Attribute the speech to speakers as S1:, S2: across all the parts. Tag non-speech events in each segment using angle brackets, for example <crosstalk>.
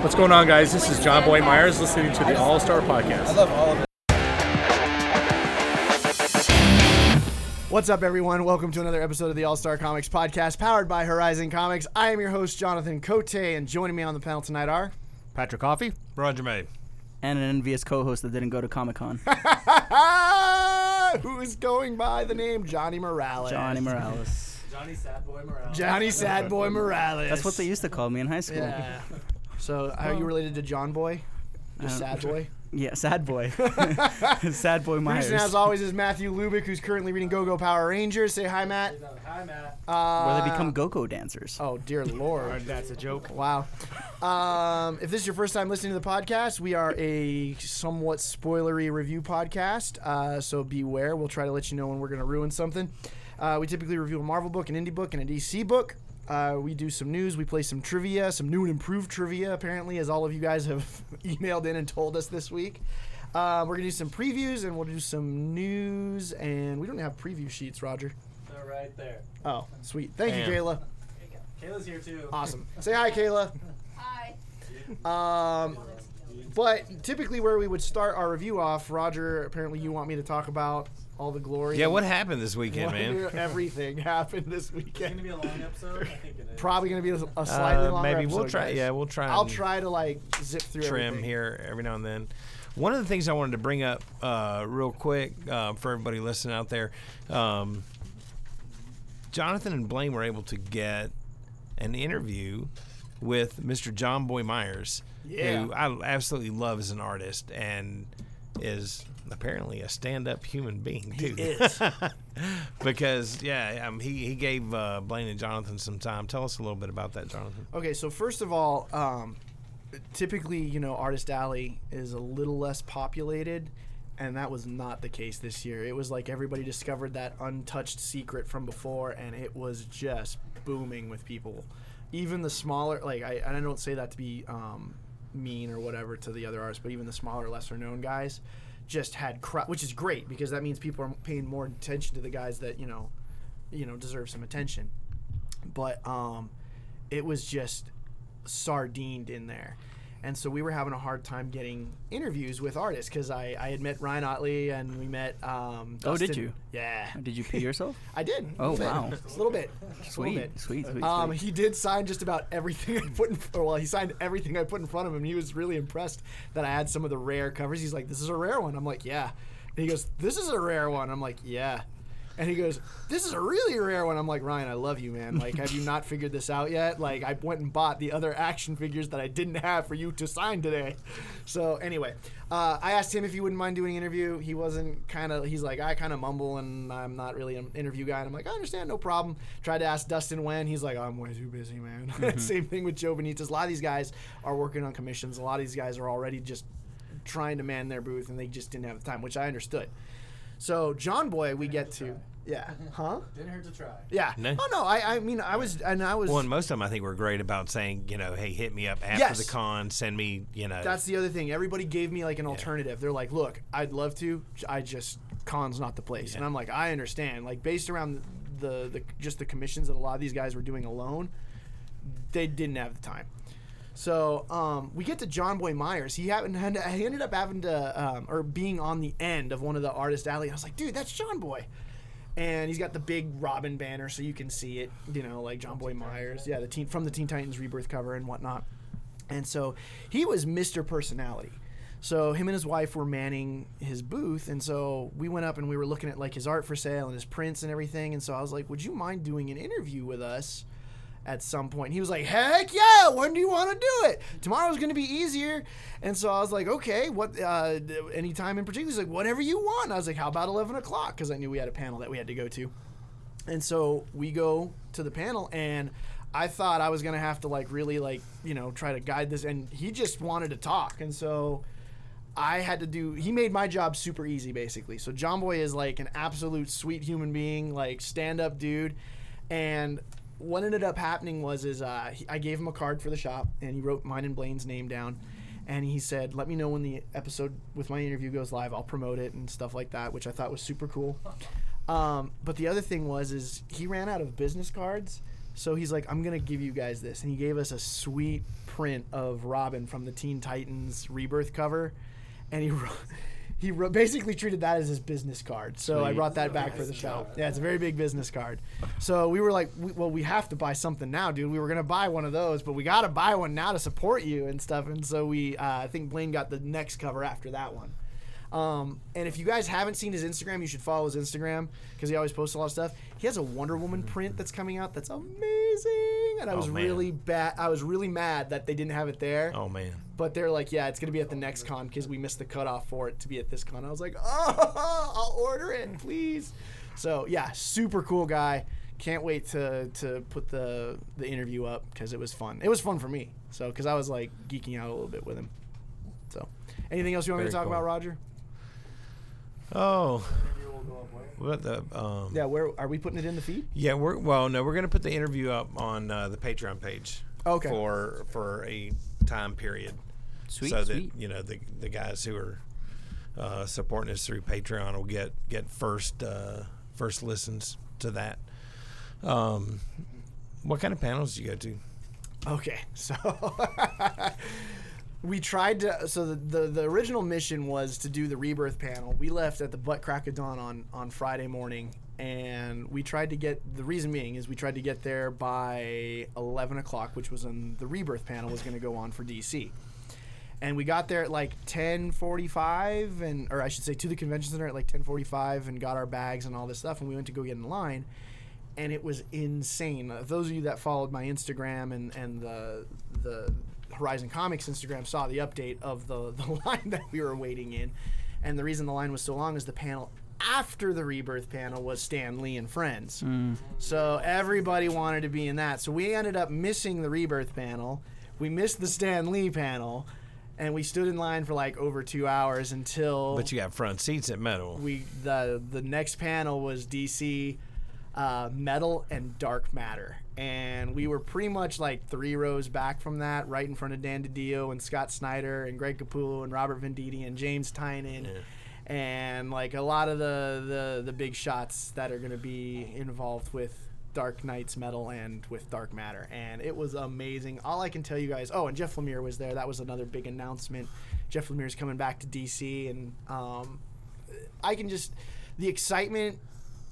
S1: What's going on, guys? This is John Boy Myers listening to the All Star Podcast.
S2: What's up, everyone? Welcome to another episode of the All Star Comics Podcast, powered by Horizon Comics. I am your host, Jonathan Cote, and joining me on the panel tonight are
S3: Patrick Coffee.
S4: Roger May.
S5: and an envious co-host that didn't go to Comic Con,
S2: ah, <laughs> who is going by the name Johnny Morales.
S5: Johnny Morales.
S2: Johnny Sad
S4: <laughs>
S2: Boy Morales.
S5: That's what they used to call me in high school. Yeah,
S2: Yeah. So, are you related to John Boy? Just
S5: I
S2: Sad Boy. <laughs>
S5: sad boy, <laughs> sad boy Myers.
S2: Producing, as always, is Matthew Lubick, who's currently reading Go Go Power Rangers. Say hi, Matt.
S5: Where they become go-go dancers.
S2: uh, Oh,
S3: <laughs>
S2: dear Lord.
S3: That's a joke.
S2: Wow. Um, if this is your first time listening to the podcast, we are a somewhat spoilery review podcast. Uh, so beware. We'll try to let you know when we're going to ruin something. Uh, we typically review a Marvel book, an indie book, and a DC book. Uh, we do some news. We play some trivia, some new and improved trivia, apparently, as all of you guys have <laughs> emailed in and told us this week. Uh, we're going to do some previews and we'll do some news. And we don't have preview sheets, Roger.
S6: They're right there.
S2: Oh, sweet. Thank
S4: Damn.
S2: you, Kayla.
S6: Kayla's here too.
S2: Awesome. Say hi, Kayla. Hi. Um, but typically, where we would start our review off, Roger, apparently you want me to talk about all the glory.
S4: Yeah,
S2: and <laughs>
S4: what happened this weekend, man?
S2: Everything happened this
S6: It's gonna
S2: weekend.
S6: be a long episode. I think it is.
S2: Probably going to be a, a slightly
S4: Uh,
S2: longer
S4: maybe we'll
S2: episode,
S4: try.
S2: guys.
S4: Yeah, we'll try.
S2: I'll
S4: and
S2: try to like zip through
S4: trim
S2: everything.
S4: here every now and then. One of the things I wanted to bring up uh, real quick uh, for everybody listening out there, um, Jonathan and Blaine were able to get an interview with Mr. John Boy Myers,
S2: Yeah.
S4: who I absolutely love as an artist and is apparently a stand-up human being too.
S2: is.
S4: <laughs> because yeah, um, he he gave uh, Blaine and Jonathan some time. Tell us a little bit about that, Jonathan.
S2: Okay, so first of all, um, typically, you know, Artist Alley is a little less populated, and that was not the case this year. It was like everybody discovered that untouched secret from before, and it was just booming with people. Even the smaller, like, I, and I don't say that to be um, mean or whatever to the other artists, but even the smaller, lesser known guys just had crowd, which is great because that means people are paying more attention to the guys that, you know, you know, deserve some attention but um, it was just sardined in there. And so we were having a hard time getting interviews with artists because I, I had met Ryan Otley and we met. Um,
S5: Oh, did
S2: Dustin-
S5: you?
S2: Yeah,
S5: Did you pee yourself?
S2: I did. <laughs> a
S5: Oh,
S2: little bit.
S5: wow.
S2: a little bit, just a little
S5: Sweet,
S2: bit.
S5: sweet, sweet.
S2: Um,
S5: sweet.
S2: he did sign just about everything <laughs> I put in. Or well, he signed everything I put in front of him. He was really impressed that I had some of the rare covers. He's like, "This is a rare one." I'm like, "Yeah," and he goes, "This is a rare one." I'm like, "Yeah," and he goes, "This is a really rare one." I'm like, "Ryan, I love you, man. Like, have you not figured this out yet? Like, I went and bought the other action figures that I didn't have for you to sign today." So anyway, uh, I asked him if he wouldn't mind doing an interview. He wasn't kind of. He's like, I kind of mumble and I'm not really an interview guy. And I'm like, I understand, no problem. Tried to ask Dustin when. He's like, I'm way too busy, man. <laughs> Same thing with Joe Benitez. A lot of these guys are working on commissions. A lot of these guys are already just trying to man their booth, and they just didn't have the time, which I understood. So John Boy, we get to. Yeah. Huh?
S6: Didn't hurt to try.
S2: Yeah.
S4: No.
S2: Oh no, I, I mean I was and I was
S4: Well, and most of them I think were great about saying, you know, hey, hit me up after
S2: Yes.
S4: the con, send me, you know.
S2: That's the other thing. Everybody gave me like an alternative. They're like, "Look, I'd love to. I just cons not the place." And I'm like, "I understand." Like based around the, the just the commissions that a lot of these guys were doing alone, they didn't have the time. So um, we get to John Boy Myers. He happened, had- he ended up having to um, or being on the end of one of the artist alley. I was like, "Dude, that's John Boy." And he's got the big Robin banner, so you can see it, you know, like John Boy Myers, yeah, the teen from the Teen Titans Rebirth cover and whatnot. And so he was Mr. Personality. So him and his wife were manning his booth, and so we went up and we were looking at like his art for sale and his prints and everything. And so I was like, "Would you mind doing an interview with us?" at some point. He was like, "Heck yeah! When do you want to do it? Tomorrow's going to be easier." And so I was like, "Okay, what? Uh, d- any time in particular?" He's like, "Whatever you want." And I was like, "How about eleven o'clock?" Because I knew we had a panel that we had to go to. And so we go to the panel, and I thought I was going to have to like really like you know try to guide this, and he just wanted to talk, and so. I had to do. He made my job super easy, basically. So John Boy is like an absolute sweet human being, like stand up dude. And what ended up happening was, is uh, he, I gave him a card for the shop, and he wrote mine and Blaine's name down. And he said, "Let me know when the episode with my interview goes live. I'll promote it and stuff like that," which I thought was super cool. Um, but the other thing was, is he ran out of business cards, So he's like, I'm gonna give you guys this, and he gave us a sweet print of Robin from the Teen Titans Rebirth cover, and he. <laughs> wrote- He wrote- basically treated that as his business card, so I
S4: Sweet.
S2: brought that back for the show. Yeah, it's a very big business card. So we were like, we, well, we have to buy something now, dude. We were gonna buy one of those, but we gotta buy one now to support you and stuff. And so we, uh, I think Blaine got the next cover after that one. Um, and if you guys haven't seen his Instagram, you should follow his Instagram because he always posts a lot of stuff. He has a Wonder Woman print that's coming out that's amazing, and I
S4: Mm-hmm. Oh,
S2: was
S4: man.
S2: really bad. I was really mad that they didn't have it there.
S4: Oh man.
S2: But they're like, yeah, it's gonna be at the next con because we missed the cutoff for it to be at this con. I was like, <laughs> oh, I'll order it, please. So yeah, super cool guy. Can't wait to to put the the interview up because it was fun. It was fun for me. So because I was like geeking out a little bit with him. So anything else you want me
S4: Very
S2: to talk
S4: cool.
S2: about, Roger?
S4: Oh,
S6: Maybe we'll go up where?
S4: what the um
S2: Yeah, where are we putting it in the feed?
S4: Yeah, we're well. No, we're going to put the interview up on uh, the Patreon page.
S2: Okay.
S4: For for a time period,
S5: Sweet,
S4: so that
S5: sweet.
S4: you know the the guys who are uh, supporting us through Patreon will get get first uh, first listens to that. Um, what kind of panels do you go to?
S2: Okay, <laughs> so we tried to. So the, the the original mission was to do the rebirth panel. We left at the butt crack of dawn on on Friday morning, and we tried to get. The reason being is we tried to get there by eleven o'clock, which was when the rebirth panel was going to go on for DC. And we got there at like 10:45, and or I should say, to the convention center at like 10:45, and got our bags and all this stuff, and we went to go get in line and it was insane. Uh, those of you that followed my Instagram and, and the the Horizon Comics Instagram saw the update of the, <laughs> the line that we were waiting in. And the reason the line was so long is the panel after the rebirth panel was Stan Lee and friends. So everybody wanted to be in that. So we ended up missing the rebirth panel. We missed the Stan Lee panel. And we stood in line for like over two hours until
S4: But you got front seats at Metal.
S2: we the the next panel was DC uh, metal and dark matter, and we were pretty much like three rows back from that, right in front of Dan DiDio and Scott Snyder and Greg Capullo and Robert Venditti and James Tynan. And like a lot of the, the the big shots that are going to be involved with Dark Knight's metal and with Dark Matter, and it was amazing. All I can tell you guys, oh, and Jeff Lemire was there. That was another big announcement. Jeff Lemire's coming back to DC, and um, I can just the excitement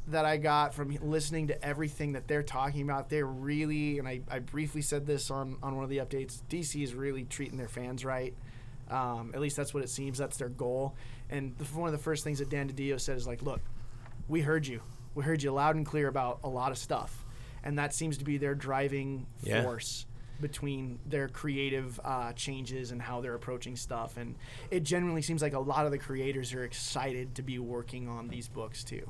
S2: that I got from listening to everything that they're talking about. They're really, and I, I briefly said this on on one of the updates. DC is really treating their fans right. Um, at least that's what it seems. That's their goal. And the, one of the first things that Dan DiDio said is like, "Look, we heard you. We heard you loud and clear about a lot of stuff, and that seems to be their driving
S4: Yeah.
S2: force between their creative uh, changes and how they're approaching stuff. And it genuinely seems like a lot of the creators are excited to be working on these books too.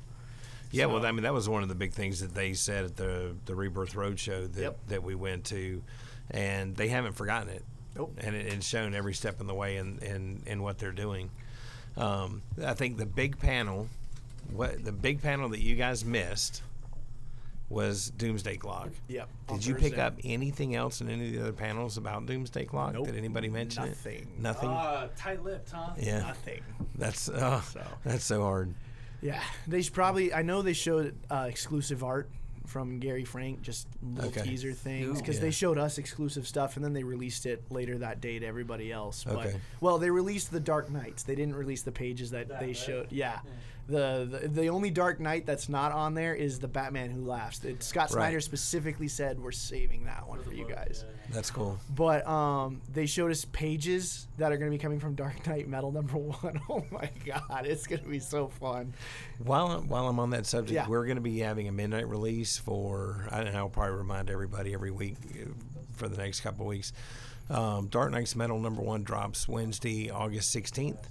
S4: Yeah, well,
S2: So-
S4: I mean, that was one of the big things that they said at the the Rebirth Roadshow that
S2: Yep.
S4: that we went to, and they haven't forgotten it.
S2: Nope.
S4: And it, it's shown every step in the way in in, in what they're doing. Um, I think the big panel, what the big panel that you guys missed, was Doomsday Clock.
S2: Yep. on
S4: Did you pick
S2: Thursday.
S4: up anything else in any of the other panels about Doomsday Clock?
S2: Nope.
S4: Did anybody mention
S2: Nothing. Uh,
S4: it? Nothing.
S6: Ah, tight-lipped, huh?
S4: yeah.
S2: Nothing.
S4: That's oh, that's so hard.
S2: Yeah, they should probably. I know they showed uh, exclusive art from Gary Frank, just little
S4: Okay.
S2: teaser things,
S5: Ooh.
S2: because
S4: Yeah.
S2: they showed us exclusive stuff, and then they released it later that day to everybody else. But
S4: Okay.
S2: well, they released the Dark Knights. They didn't release the pages that
S6: That,
S2: they
S6: right?
S2: showed. Yeah. The, the the only Dark Knight that's not on there is the Batman Who Laughs. It, Scott
S4: Right.
S2: Snyder specifically said we're saving that one for you
S6: Look,
S2: guys.
S6: yeah.
S4: That's cool.
S2: But um, they showed us pages that are going to be coming from Dark Knight Metal <laughs> number one. Oh my God, it's going to be so fun.
S4: While while I'm on that subject,
S2: Yeah.
S4: we're going to be having a midnight release for I don't know. I'll probably remind everybody every week uh, for the next couple of weeks. Um, Dark Knight's Metal Number One drops Wednesday, August 16th.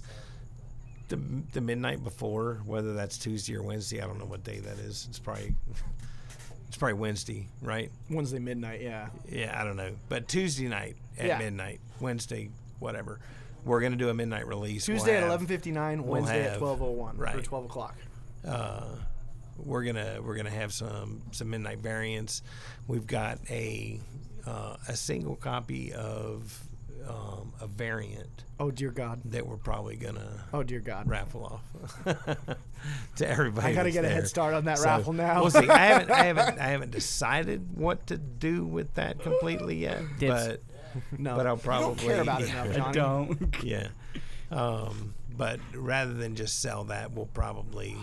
S4: The, the midnight before, whether that's Tuesday or Wednesday, I don't know what day that is. It's probably <laughs> it's probably Wednesday, right?
S2: Wednesday midnight, yeah.
S4: Yeah, I don't know. But Tuesday night at
S2: Yeah.
S4: midnight, Wednesday, whatever. Wewe're going to do a midnight release. We'll
S2: Tuesday at
S4: have-
S2: eleven fifty nine, Wednesday
S4: have-
S2: at twelve oh one or
S4: right.
S2: twelve o'clock.
S4: uh, we're gonna we're gonna have some some midnight variants. We've got a uh, a single copy of um, a variant
S2: Oh dear God.
S4: that we're probably gonna
S2: Oh dear God.
S4: raffle off <laughs> to everybody.
S2: I gotta
S4: that's
S2: get a head
S4: there.
S2: start on that raffle now.
S4: We'll see. I haven't, I haven't, I haven't decided what to do with that completely yet.
S5: Dibs.
S4: But
S2: <laughs> No,
S4: But I'll
S2: you don't care
S4: probably-
S2: about it
S4: yeah.
S2: enough,
S5: I
S2: Johnny.
S5: don't. <laughs>
S4: <laughs> yeah. Um, but rather than just sell that, we'll probably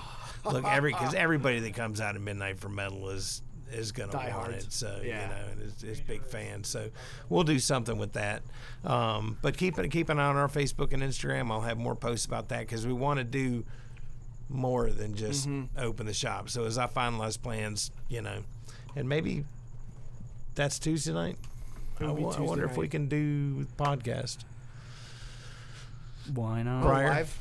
S4: look every because everybody that comes out of Midnight for Metal is is gonna want
S2: Diehards.
S4: it. So
S2: Yeah.
S4: you know, and is, is big fans. So we'll do something with that. Um, but keep it keep an eye on our Facebook and Instagram. I'll have more posts about that because we want to do more than just
S2: Mm-hmm.
S4: open the shop. So as I finalize plans, you know, and maybe that's Tuesday night. I,
S2: It'll be
S4: wo- I
S2: Tuesday
S4: wonder if we
S2: night.
S4: can do podcast.
S5: Why not?
S2: Oh,
S4: Brian. Prior.
S2: live.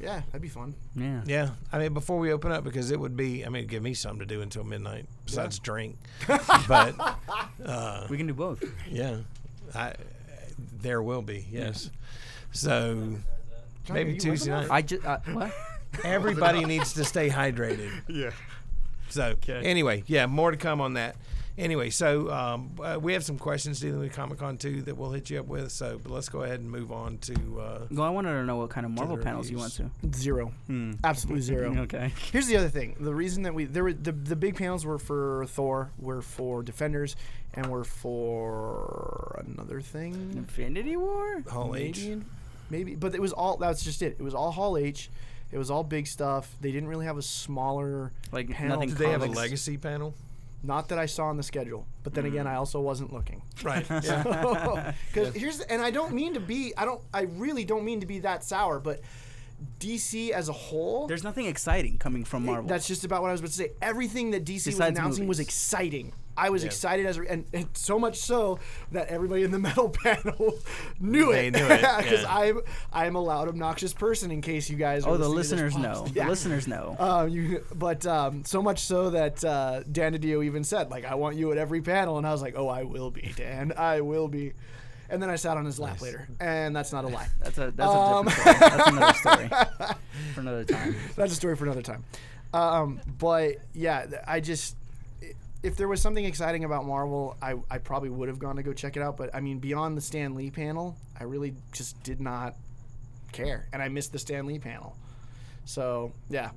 S2: Yeah, that'd be fun.
S5: Yeah.
S4: Yeah, I mean, before we open up, because it would be, I mean, it'd give me something to do until midnight besides drink. but
S5: We can do both.
S4: yeah, I, there will be yes. So maybe Tuesday night.
S5: I just. Uh, what?
S2: <laughs>
S4: Everybody needs to stay hydrated.
S1: Yeah.
S4: So anyway, yeah, more to come on that. Anyway, so um, uh, we have some questions dealing with Comic Con too that we'll hit you up with. So but let's go ahead and move on to. Uh,
S5: Well, I wanted to know what kind of Marvel
S4: the
S5: panels you went
S4: reviews.
S5: to.
S2: Zero.
S4: Hmm.
S2: Absolutely
S4: <laughs>
S2: zero.
S5: <laughs> Okay.
S2: Here's the other thing. The reason that we there were the, the big panels were for Thor, were for Defenders, and were for another thing.
S5: Infinity War.
S4: Hall H.
S2: Maybe, maybe, but it was all. That's just it. It was all Hall H. It was all big stuff. They didn't really have a smaller
S5: Like
S2: panel.
S5: nothing
S4: Did they have a
S5: Comics.
S4: legacy
S2: <laughs>
S4: panel?
S2: Not that I saw on the schedule, but then
S5: Mm.
S2: again, I also wasn't
S5: <laughs>
S2: looking. <laughs>
S4: Right. Yeah.
S2: Because here's, the- and I don't mean to be, I don't, I really don't mean to be that sour, but DC as a whole,
S5: There's nothing exciting coming from Marvel.
S2: that's just about what I was about to say. Everything that DC was
S5: Besides
S2: announcing was
S5: movies.
S2: exciting. I was
S4: Yeah.
S2: excited as, a, and, and so much so that everybody in the <laughs> metal panel knew
S4: They
S2: it.
S4: knew
S2: <laughs>
S4: it,
S2: because
S4: yeah.
S2: I'm, I'm a loud, obnoxious person. In case you guys, are
S5: oh, the
S2: listening to this
S5: listeners know.
S2: podcast.
S5: The
S2: Yeah.
S5: listeners know.
S2: Uh, you, but um, so much so that uh, Dan DiDio even said, like, I want you at every panel, and I was like, oh, I will be, Dan, I will be. And then I sat on his lap later, and that's not a lie.
S5: That's a that's
S2: um,
S5: a different story. That's another story
S2: <laughs>
S5: for another time.
S2: that's a story for another time. Um, but yeah, th- I just i- if there was something exciting about Marvel, I, I probably would have gone to go check it out. But I mean, beyond the Stan Lee panel, I really just did not care, and I missed the Stan Lee panel. So yeah.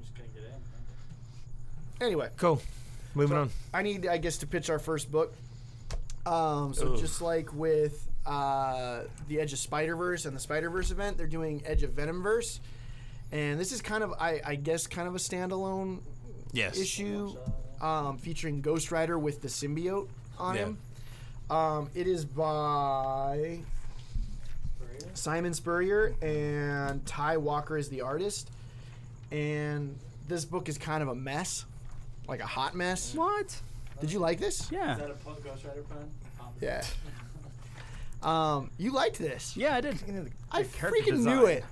S2: Anyway,
S4: Cool. Moving on.
S2: I need, I guess, to pitch our first book. Um, so just like with uh, the Edge of Spider Verse and the Spider Verse event, they're doing Edge of Venom Verse, and this is kind of, I, I guess, kind of a standalone
S4: Yes.
S2: issue, um, featuring Ghost Rider with the symbiote on
S4: Yeah.
S2: him. Um, it is by Simon Spurrier and Ty Walker is the artist, and this book is kind of a mess, like a hot mess.
S5: What?
S2: Did you like this?
S6: Is
S5: Yeah.
S6: that a punk Ghost Rider pun? Um,
S2: Yeah. Um, you liked this.
S5: Yeah, I did.
S2: I
S4: character
S2: freaking knew
S4: design.
S2: it.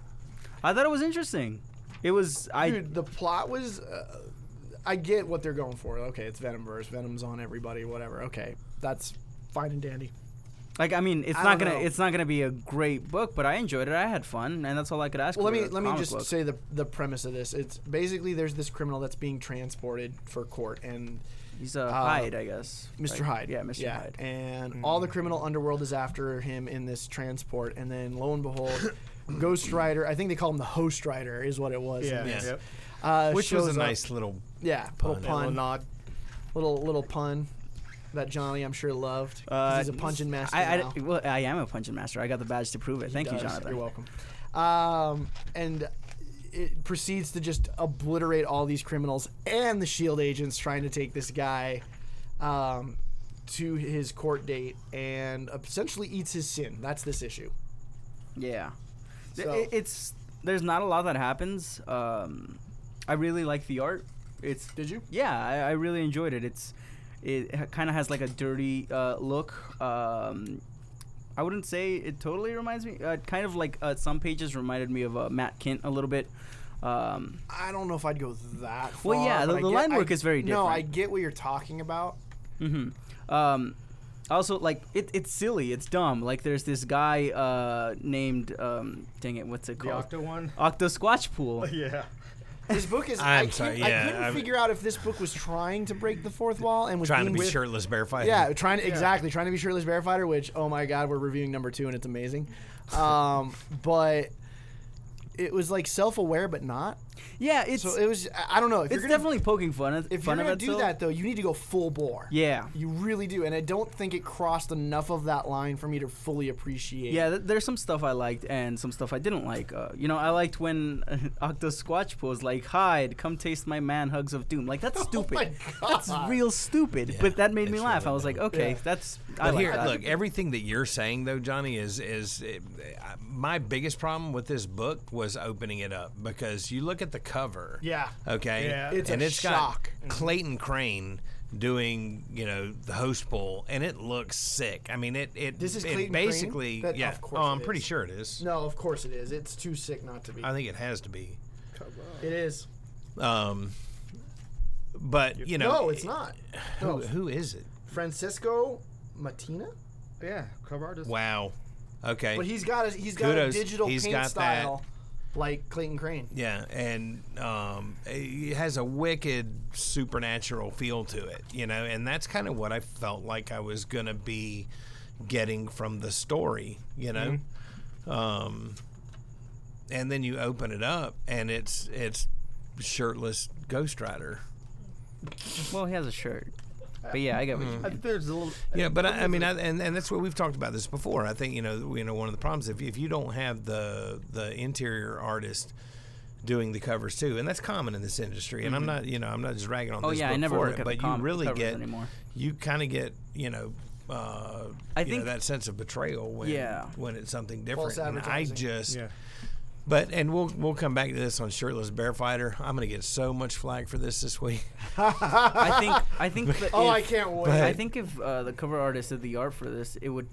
S5: I thought it was interesting. It was I.
S2: Dude, the plot was. Uh, I get what they're going for. Okay, it's Venomverse. Venom's on everybody. Whatever. Okay, that's fine and dandy.
S5: Like I mean, it's
S2: I
S5: not
S2: don't
S5: gonna
S2: know.
S5: it's not gonna be a great book, but I enjoyed it. I had fun, and that's all I could ask.
S2: Well, let
S5: for
S2: me
S5: a
S2: let me
S5: comic
S2: just
S5: book.
S2: say the the premise of this. It's basically there's this criminal that's being transported for court, and
S5: he's a Hyde, I guess.
S2: uh, Mr.
S5: Like,
S2: Hyde.
S5: Yeah, Mr. Hyde.
S2: And all the criminal underworld is after him in this transport, and then lo and behold, Ghost Rider. I think they call him the Host Rider, is what it was. in
S4: Yeah.
S2: this,
S1: Yep.
S2: Uh,
S4: Which was a
S2: shows up-
S4: nice little.
S2: yeah little
S4: pun.
S1: Little
S2: pun,
S1: nod.
S2: little little pun that Johnny I'm sure loved. 'cause
S5: Uh,
S2: he's a punching master.
S5: I,
S2: now.
S5: I, well, I am a punching master. I got the badge to prove it. Thank you,
S2: does.
S5: Jonathan.
S2: You're welcome. Um, and it proceeds to just obliterate all these criminals and the shield E agents trying to take this guy um, to his court date and essentially eats his sin. That's this issue.
S5: Yeah. Th-
S2: So-
S5: it- it's there's not a lot that happens. Um, I really like the art. It's
S2: Did you?
S5: yeah, I, I really enjoyed it. It's it ha- kind of has like a dirty uh, look. Um, I wouldn't say it totally reminds me. Uh, kind of like uh, some pages reminded me of uh, Matt Kent a little bit. Um,
S2: I don't know if I'd go that far.
S5: Well, yeah, the-
S2: but I
S5: the
S2: get-
S5: line
S2: I-
S5: work is very
S2: No,
S5: different.
S2: I get what you're talking about.
S5: Um, also, like it, it's silly, it's dumb. Like there's this guy uh, named um, dang it, what's it
S1: The
S5: called?
S1: Octo one.
S2: <laughs>
S5: Octo Squatch Pool.
S1: Yeah.
S2: This book is. I
S4: <laughs> I'm
S2: can't-
S4: sorry,
S2: I
S4: yeah,
S2: couldn't
S4: I'm-
S2: figure out if this book was trying to break the fourth wall and was
S4: Trying to
S2: being
S4: be
S2: with-
S4: shirtless, barefoot.
S2: Yeah, trying to exactly trying to be shirtless bear fighter. Which oh my god, we're reviewing number two and it's amazing. Um, <laughs> but it was like self aware, but not.
S5: Yeah, it's
S2: So it was. I- I don't know. If
S5: it's
S2: you're gonna,
S5: definitely poking fun at
S2: if
S5: fun
S2: you're
S5: of
S2: gonna do
S5: itself.
S2: that though, you need to go full bore.
S5: Yeah.
S2: You really do, and I don't think it crossed enough of that line for me to fully appreciate.
S5: Yeah, th- there's some stuff I liked and some stuff I didn't like. Uh, you know, I liked when <laughs> Octo Squatch was like, "Hide, come taste my man hugs of doom."
S2: <laughs>
S5: Like that's
S2: Oh
S5: stupid. <laughs> That's real stupid. but that made me
S4: it's
S5: laugh.
S4: really
S5: I was like, okay, that's. <laughs> I
S4: But
S5: like
S4: here,
S5: that.
S4: look, everything that you're saying though, Johnny, is is it, I- my biggest problem with this book was opening it up because you look at the cover.
S2: Yeah.
S4: Okay.
S2: Yeah. It's a
S4: and it's
S2: shock.
S4: got Clayton Crane doing you know the host poll, and it looks sick. I mean, it it
S2: This is
S4: it
S2: Clayton Crane?
S4: basically
S2: That-
S4: yeah.
S2: of course
S4: oh,
S2: it
S4: I'm pretty
S2: is.
S4: sure it is.
S2: No, of course it is. It's too sick not to be.
S4: I think it has to be.
S2: it is.
S4: Um, but you know,
S2: No, it's not.
S4: Who,
S2: No.
S4: who is it?
S2: Francisco Matina.
S3: Yeah, cover artist.
S4: Wow. Okay.
S2: But he's got a he's got
S4: Kudos.
S2: a digital
S4: He's
S2: paint
S4: got that.
S2: style like Clayton Crane.
S4: Yeah, and um, it has a wicked supernatural feel to it, you know, and that's kind of what I felt like I was gonna be getting from the story, you know. Um, and then you open it up, and it's it's shirtless Ghost Rider.
S5: well, he has a shirt. But yeah, I get what you
S4: Hmm.
S3: I
S5: mean.
S3: think there's a little.
S4: Yeah, but I, I mean, I, and, and that's what we've talked about this before. I think you know, you know, one of the problems if if you don't have the the interior artist doing the covers too, and that's common in this industry. And I'm not, you know, I'm not just ragging on
S5: Mm-hmm. Oh
S4: this
S5: yeah,
S4: book
S5: I never
S4: for
S5: look
S4: it,
S5: at the
S4: but
S5: com-
S4: you really
S5: covers
S4: get,
S5: anymore.
S4: you kind of get, you know. Uh,
S5: I
S4: you know,
S5: think-
S4: that sense of betrayal when
S5: Yeah.
S4: when it's something different. And I
S2: advertising.
S4: just,
S1: Yeah.
S4: but and we'll we'll come back to this on shirtless bear fighter. I'm gonna get so much flack for this this week. <laughs>
S5: I think I think. that
S2: Oh, I
S5: if-
S2: can't wait.
S4: But-
S5: I think if uh, the cover artist did the art for this, it would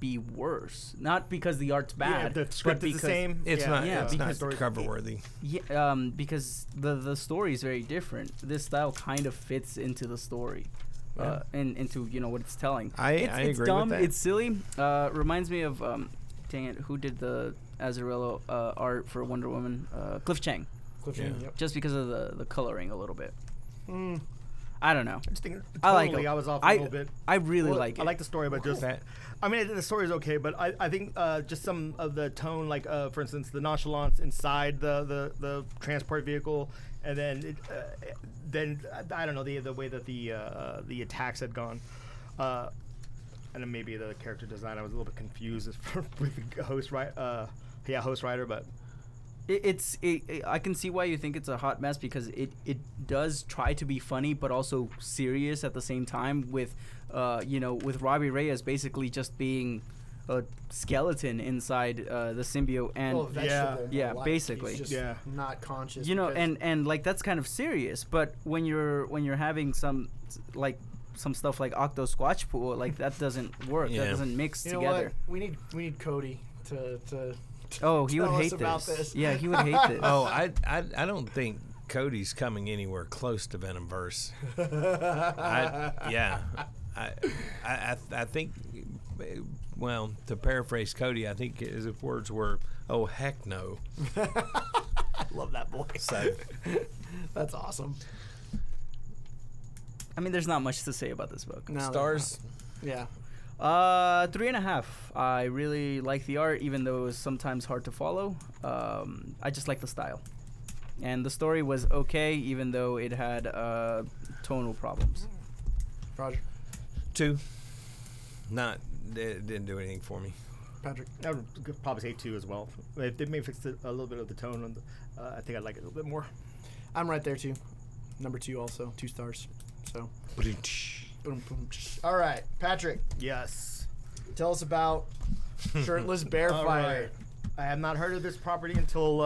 S5: be worse. Not because the art's
S1: Yeah,
S5: bad.
S1: the script
S5: but
S1: is the
S5: because-
S1: same.
S4: It's not
S5: yeah,
S4: it's
S5: because
S4: not cover worthy.
S5: Yeah, um, because the the story is very different. This style kind of fits into the story, uh, and into you know what it's telling.
S4: I-
S5: it's,
S4: I
S5: it's
S4: agree with
S5: dumb.
S4: that.
S5: It's silly. Uh, reminds me of um, dang it, who did the Azarello uh, art for Wonder Woman? Uh, Cliff Chang.
S2: Cliff
S4: Yeah.
S2: Chang, yep.
S5: Just because of the the coloring a little bit.
S3: Hmm.
S5: I don't know.
S3: Totally,
S5: I like. it.
S3: I was off a
S5: I-
S3: little bit.
S5: I really
S3: Well,
S5: like it.
S3: I like the story, but just
S4: That-
S3: I mean, the story is okay, but I, I think uh, just some of the tone, like uh, for instance, the nonchalance inside the, the, the transport vehicle, and then it, uh, then I don't know the the way that the uh, the attacks had gone. Uh, and then maybe the character design. I was a little bit confused <laughs> as for, with the host right, uh, yeah, host writer, but
S5: It, it's it, it- I can see why you think it's a hot mess because it it does try to be funny but also serious at the same time with uh you know with Robbie Reyes basically just being a skeleton inside uh, the symbiote and
S2: Well, vegetable
S5: Yeah,
S2: more like.
S5: basically.
S2: He's just
S3: Yeah.
S2: not conscious.
S5: you know
S2: because-
S5: and and like that's kind of serious but when you're when you're having some like some stuff like Octo Squatch Pool like that doesn't work
S4: Yeah.
S5: that doesn't mix
S2: you know
S5: together.
S2: what? We need we need Cody to to.
S5: Oh, he would
S2: Tell us
S5: hate
S2: about
S5: this.
S2: this.
S5: Yeah, he would hate
S2: <laughs>
S5: this.
S4: <laughs> Oh, I, I I don't think Cody's coming anywhere close to Venomverse. I, yeah, I, I I I think. Well, to paraphrase Cody, I think his words were, "Oh heck no."
S2: Love that boy. <laughs>
S4: So
S2: That's awesome.
S5: I mean, there's not much to say about this book.
S2: No,
S4: stars.
S2: Yeah.
S5: Uh, three and a half. I really like the art, even though it was sometimes hard to follow. Um, I just like the style, and the story was okay, even though it had uh, tonal problems.
S2: Roger,
S4: Two. Not it didn't do anything for me.
S2: Patrick.
S3: I would g- probably say two as well. If they may fix it, a little bit of the tone, on the, uh, I think I'd like it a little bit more.
S2: I'm right there too. Number two also two stars. So boom boom. tsh. All right, Patrick.
S3: Yes.
S2: Tell us
S5: <laughs>
S2: about shirtless bear
S3: All
S2: fighter.
S3: right. I have not heard of this property until uh,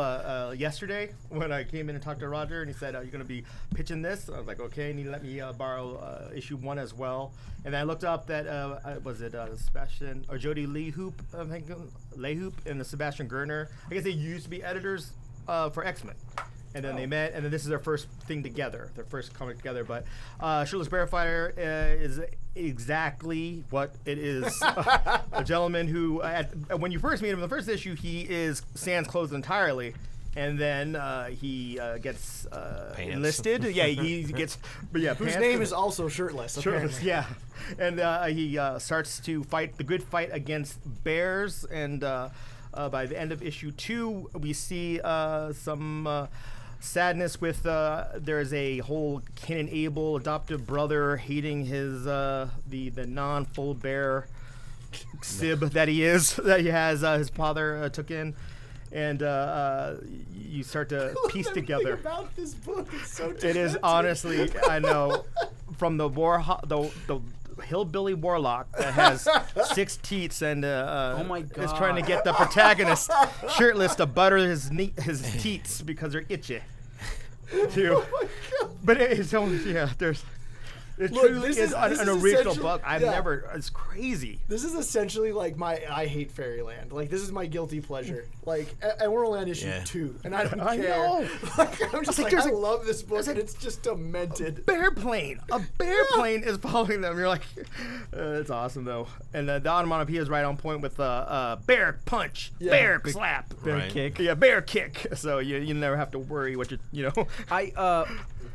S3: uh, yesterday <laughs> when I came in and talked to Roger, and he said, "Are you going to be pitching this?" I was like, "Okay." And he let me uh, borrow uh, issue one as well. And I looked up that uh, uh, was it uh, Sebastian or Jody Lee Hoop, I think, Lee Hoop, and the Sebastian Gerner. I guess they used to be editors uh, for X Men. And
S2: Oh.
S3: then they met, and then this is their first thing together, their first comic together. But uh, Shirtless Bear Fighter uh, is exactly what
S2: <laughs>
S3: it is. a gentleman who, at, when you first meet him in the first issue, he is sans clothes entirely. and then uh, he uh, gets uh,
S4: Pants.
S3: enlisted. yeah, he gets. But yeah,
S2: Whose name is also shirtless.
S3: Shirtless,
S2: apparently.
S3: <laughs> yeah, and uh, he uh, starts to fight the good fight against bears, and uh, uh, by the end of issue two, we see uh, some uh, sadness with uh, there is a whole Cain and Abel adoptive brother hating his uh, the the non full bear sib that he is <laughs> that he has uh, his father uh, took in. And uh, uh, y- you start to piece together.
S2: About this book, it's so
S3: It is honestly, I know, from the war the the hillbilly warlock that has
S2: <laughs>
S3: six teats and uh, uh,
S5: Oh my
S3: is trying to
S5: God.
S3: get the protagonist shirtless to butter his knee, his teats because they're
S2: <laughs>
S3: itchy. Too.
S2: Oh
S3: but it is only yeah. There's it
S2: Look,
S3: truly
S2: this
S3: is,
S2: is-
S3: an,
S2: this
S3: an
S2: is
S3: original
S2: essentially-
S3: book. I've
S2: yeah.
S3: never. It's crazy.
S2: This is essentially like my I hate Fairyland. Like this is my guilty pleasure. Like a- and we're only on issue
S4: Yeah.
S2: two,
S3: <laughs>
S2: and I don't
S3: I
S2: care.
S3: know.
S2: <laughs> Like I'm just
S3: like,
S2: like,
S3: there's
S2: I
S3: a-
S2: love this book,
S3: there's a-
S2: and it's just demented.
S3: bear plane. A bear plane is following them. You're like, uh, that's awesome though. And uh, the onomatopoeia is right on point with uh, uh, bear punch,
S2: Yeah.
S3: bear slap,
S4: Bear Right.
S5: kick.
S3: Yeah, bear kick. So you, you never have to worry what you you know. <laughs>
S5: I uh,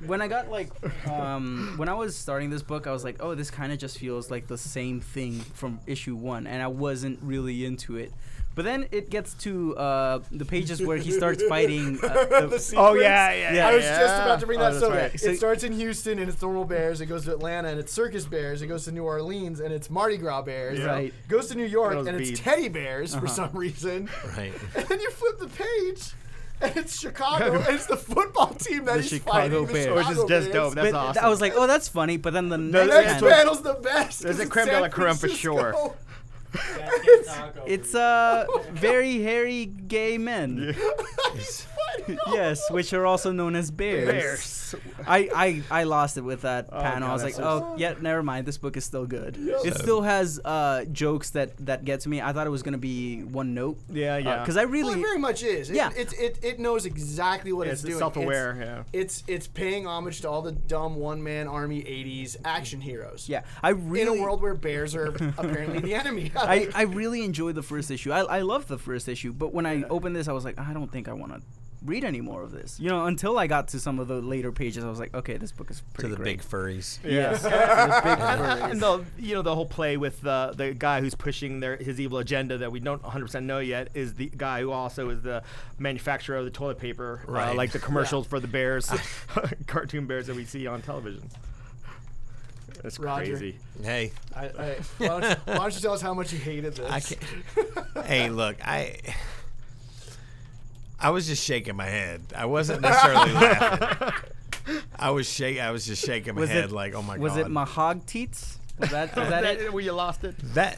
S5: when I got like um, when I was starting this book, I was like, oh, this kind of just feels like the same thing from issue one, and I wasn't really into it. But then it gets to uh, the pages where he starts fighting. Uh,
S2: <laughs> The
S5: <laughs> the,
S2: sequence.
S5: yeah,
S2: I was just about to bring
S3: Oh,
S2: that
S3: that's
S2: so
S3: right.
S5: So-
S2: it starts in Houston and it's normal bears, it goes to Atlanta and it's circus bears, it goes to New Orleans and it's Mardi Gras bears,
S3: Yeah.
S5: Right.
S2: Goes to New York
S3: Those
S2: and
S3: beads.
S2: it's teddy bears
S3: Uh-huh.
S2: for some reason.
S4: Right.
S2: <laughs> And then you flip the page and it's
S3: <laughs>
S2: Chicago and it's the football team that
S5: The
S2: he's
S5: Chicago
S2: fighting. the
S5: Bears.
S2: Chicago
S3: Which is just
S2: Bears.
S3: dope. That's
S5: but
S3: awesome.
S5: I was like, oh, that's funny. But then
S2: The
S5: the next,
S2: next
S5: panel,
S2: panel's the best.
S3: There's
S2: 'cause
S3: a
S2: it's
S3: creme de
S2: San
S3: la creme for sure.
S2: Francisco.
S5: it's uh, very hairy gay men.
S3: <laughs>
S5: yes, which are also known as bears.
S3: Bears.
S5: I, I, I lost it with that panel.
S3: God,
S5: I was like,
S3: that's
S5: oh, yeah, never mind. This book is still good. It
S4: So-
S5: still has uh, jokes that, that get to me. I thought it was going to be one note.
S3: Yeah, yeah.
S5: Because I
S2: Well,
S5: really.
S2: it very much is. It,
S5: Yeah.
S2: It, it, it knows exactly what
S3: Yeah,
S2: it's,
S3: it's
S2: doing.
S3: self-aware,
S2: It's,
S3: yeah.
S2: It's it's paying homage to all the dumb one man army '80s action heroes.
S5: yeah, I really.
S2: In a world where bears
S5: <laughs>
S2: are apparently the enemy. <laughs>
S5: I, I really enjoyed the first issue. I, I loved the first issue, but when I opened this, I was like, I don't think I want to read any more of this. You know, until I got to some of the later pages, I was like, okay, this book is
S4: To
S5: pretty
S4: the
S5: great.
S4: big furries.
S5: Yes.
S3: <laughs> and the you know the whole play with uh, the guy who's pushing their his evil agenda that we don't 100% know yet is the guy who also is the manufacturer of the toilet paper, uh,
S4: Right.
S3: like the commercials for the bears, <laughs> cartoon bears that we see on television. That's
S2: Roger.
S3: crazy.
S4: Hey,
S2: I, I, why, don't
S5: <laughs>
S2: you, why don't you tell us how much you hated this? <laughs>
S4: I can't. hey, look, I. I was just shaking my head. I wasn't necessarily laughing. I was shake. I was just shaking my
S5: Was
S4: head,
S5: it-
S4: like, oh my
S5: Was
S4: god.
S5: it Mahog Teats? Was that, was that
S2: <laughs>
S5: it?
S3: Where you lost it?
S4: That.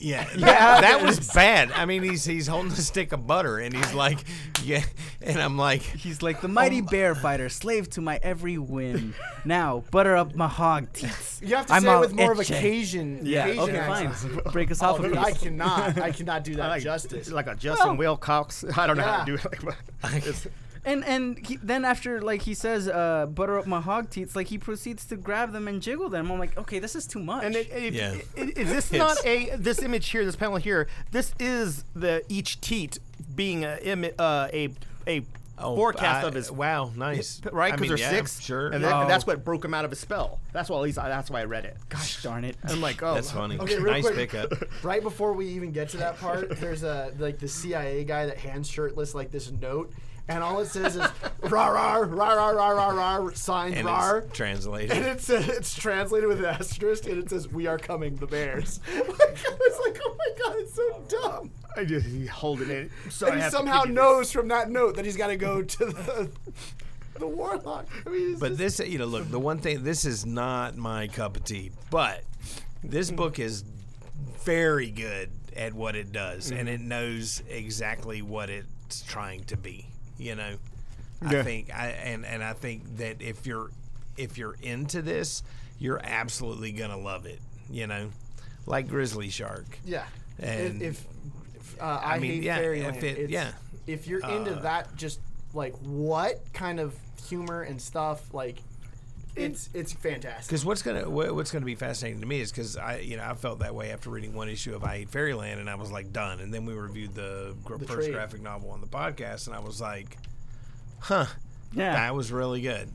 S4: Yeah, that, that was bad. I mean, he's he's holding a stick of butter, and he's like, yeah, and I'm like,
S5: He's like the mighty
S2: Oh
S5: bear fighter, slave to my every whim. Now, butter up my hog teeth.
S2: you have to
S5: I'm
S2: say it
S5: all
S2: with more
S5: itchy.
S2: of occasion.
S5: Yeah,
S2: Cajun
S5: okay, fine. <laughs>
S2: accent.
S5: Break us
S2: Oh,
S5: off a
S2: dude,
S5: piece.
S2: I cannot. I cannot do that justice.
S3: like a Justin Wilcox. <laughs> I don't know how
S2: Yeah.
S3: to do it. Like, but it's-
S5: And and he, then after like he says, uh, butter up my hog teeth. Like he proceeds to grab them and jiggle them. I'm like, okay, this is too much.
S3: and it, it,
S4: Yeah.
S3: it- is this not a this image here, this panel here? This is the each teat being a imi- uh, a a
S4: oh,
S3: forecast
S4: I-
S3: of his
S4: wow, nice,
S3: right?
S4: I
S3: Because
S4: mean,
S3: they're
S4: yeah,
S3: six.
S4: sure.
S3: and, that- and
S5: Oh.
S3: that's what broke him out of his spell. That's why, at least I, that's why I read it.
S5: Gosh darn it.
S3: I'm like, oh,
S4: That's funny.
S2: Okay, real
S4: nice
S2: quick. <laughs>
S4: pickup.
S2: right before we even get to that part, there's a like the CIA guy that hands shirtless like this note, and all it says is <laughs> rah rah rah rah rah rah rah signed
S4: And
S2: rah.
S4: it's translated.
S2: And it's uh, it's translated with an asterisk, and it says "We are coming, the Bears." <laughs> like, I was like, "Oh my god, it's so dumb!"
S3: I just he's holding it. So I
S2: And he
S3: have to
S2: somehow
S3: give you
S2: knows from that note that he's got to go to the <laughs> the warlock. I mean, it's
S4: But
S2: just,
S4: this, you know, look, the one thing, this is not my cup of tea, but this book is very good at what it does, and it knows exactly what it's trying to be. You know, I
S3: Yeah.
S4: think, I and and I think that if you're if you're into this, you're absolutely gonna love it. You know, like Grizzly Shark.
S2: yeah,
S4: And-
S2: if, if, uh, I,
S4: mean,
S2: hate
S4: yeah, if
S2: Fairyland,
S4: it-
S2: it's-
S4: yeah.
S2: if
S3: Uh,
S2: you're into that, just like what kind of humor and stuff, like It's it's fantastic.
S4: Because what's gonna wha- what's gonna be fascinating to me is because I you know I felt that way after reading one issue of I Hate Fairyland and I was like done and then we reviewed the, gr-
S2: The
S4: first
S2: trade.
S4: graphic novel on the podcast and I was like, huh,
S5: Yeah.
S4: that was really good.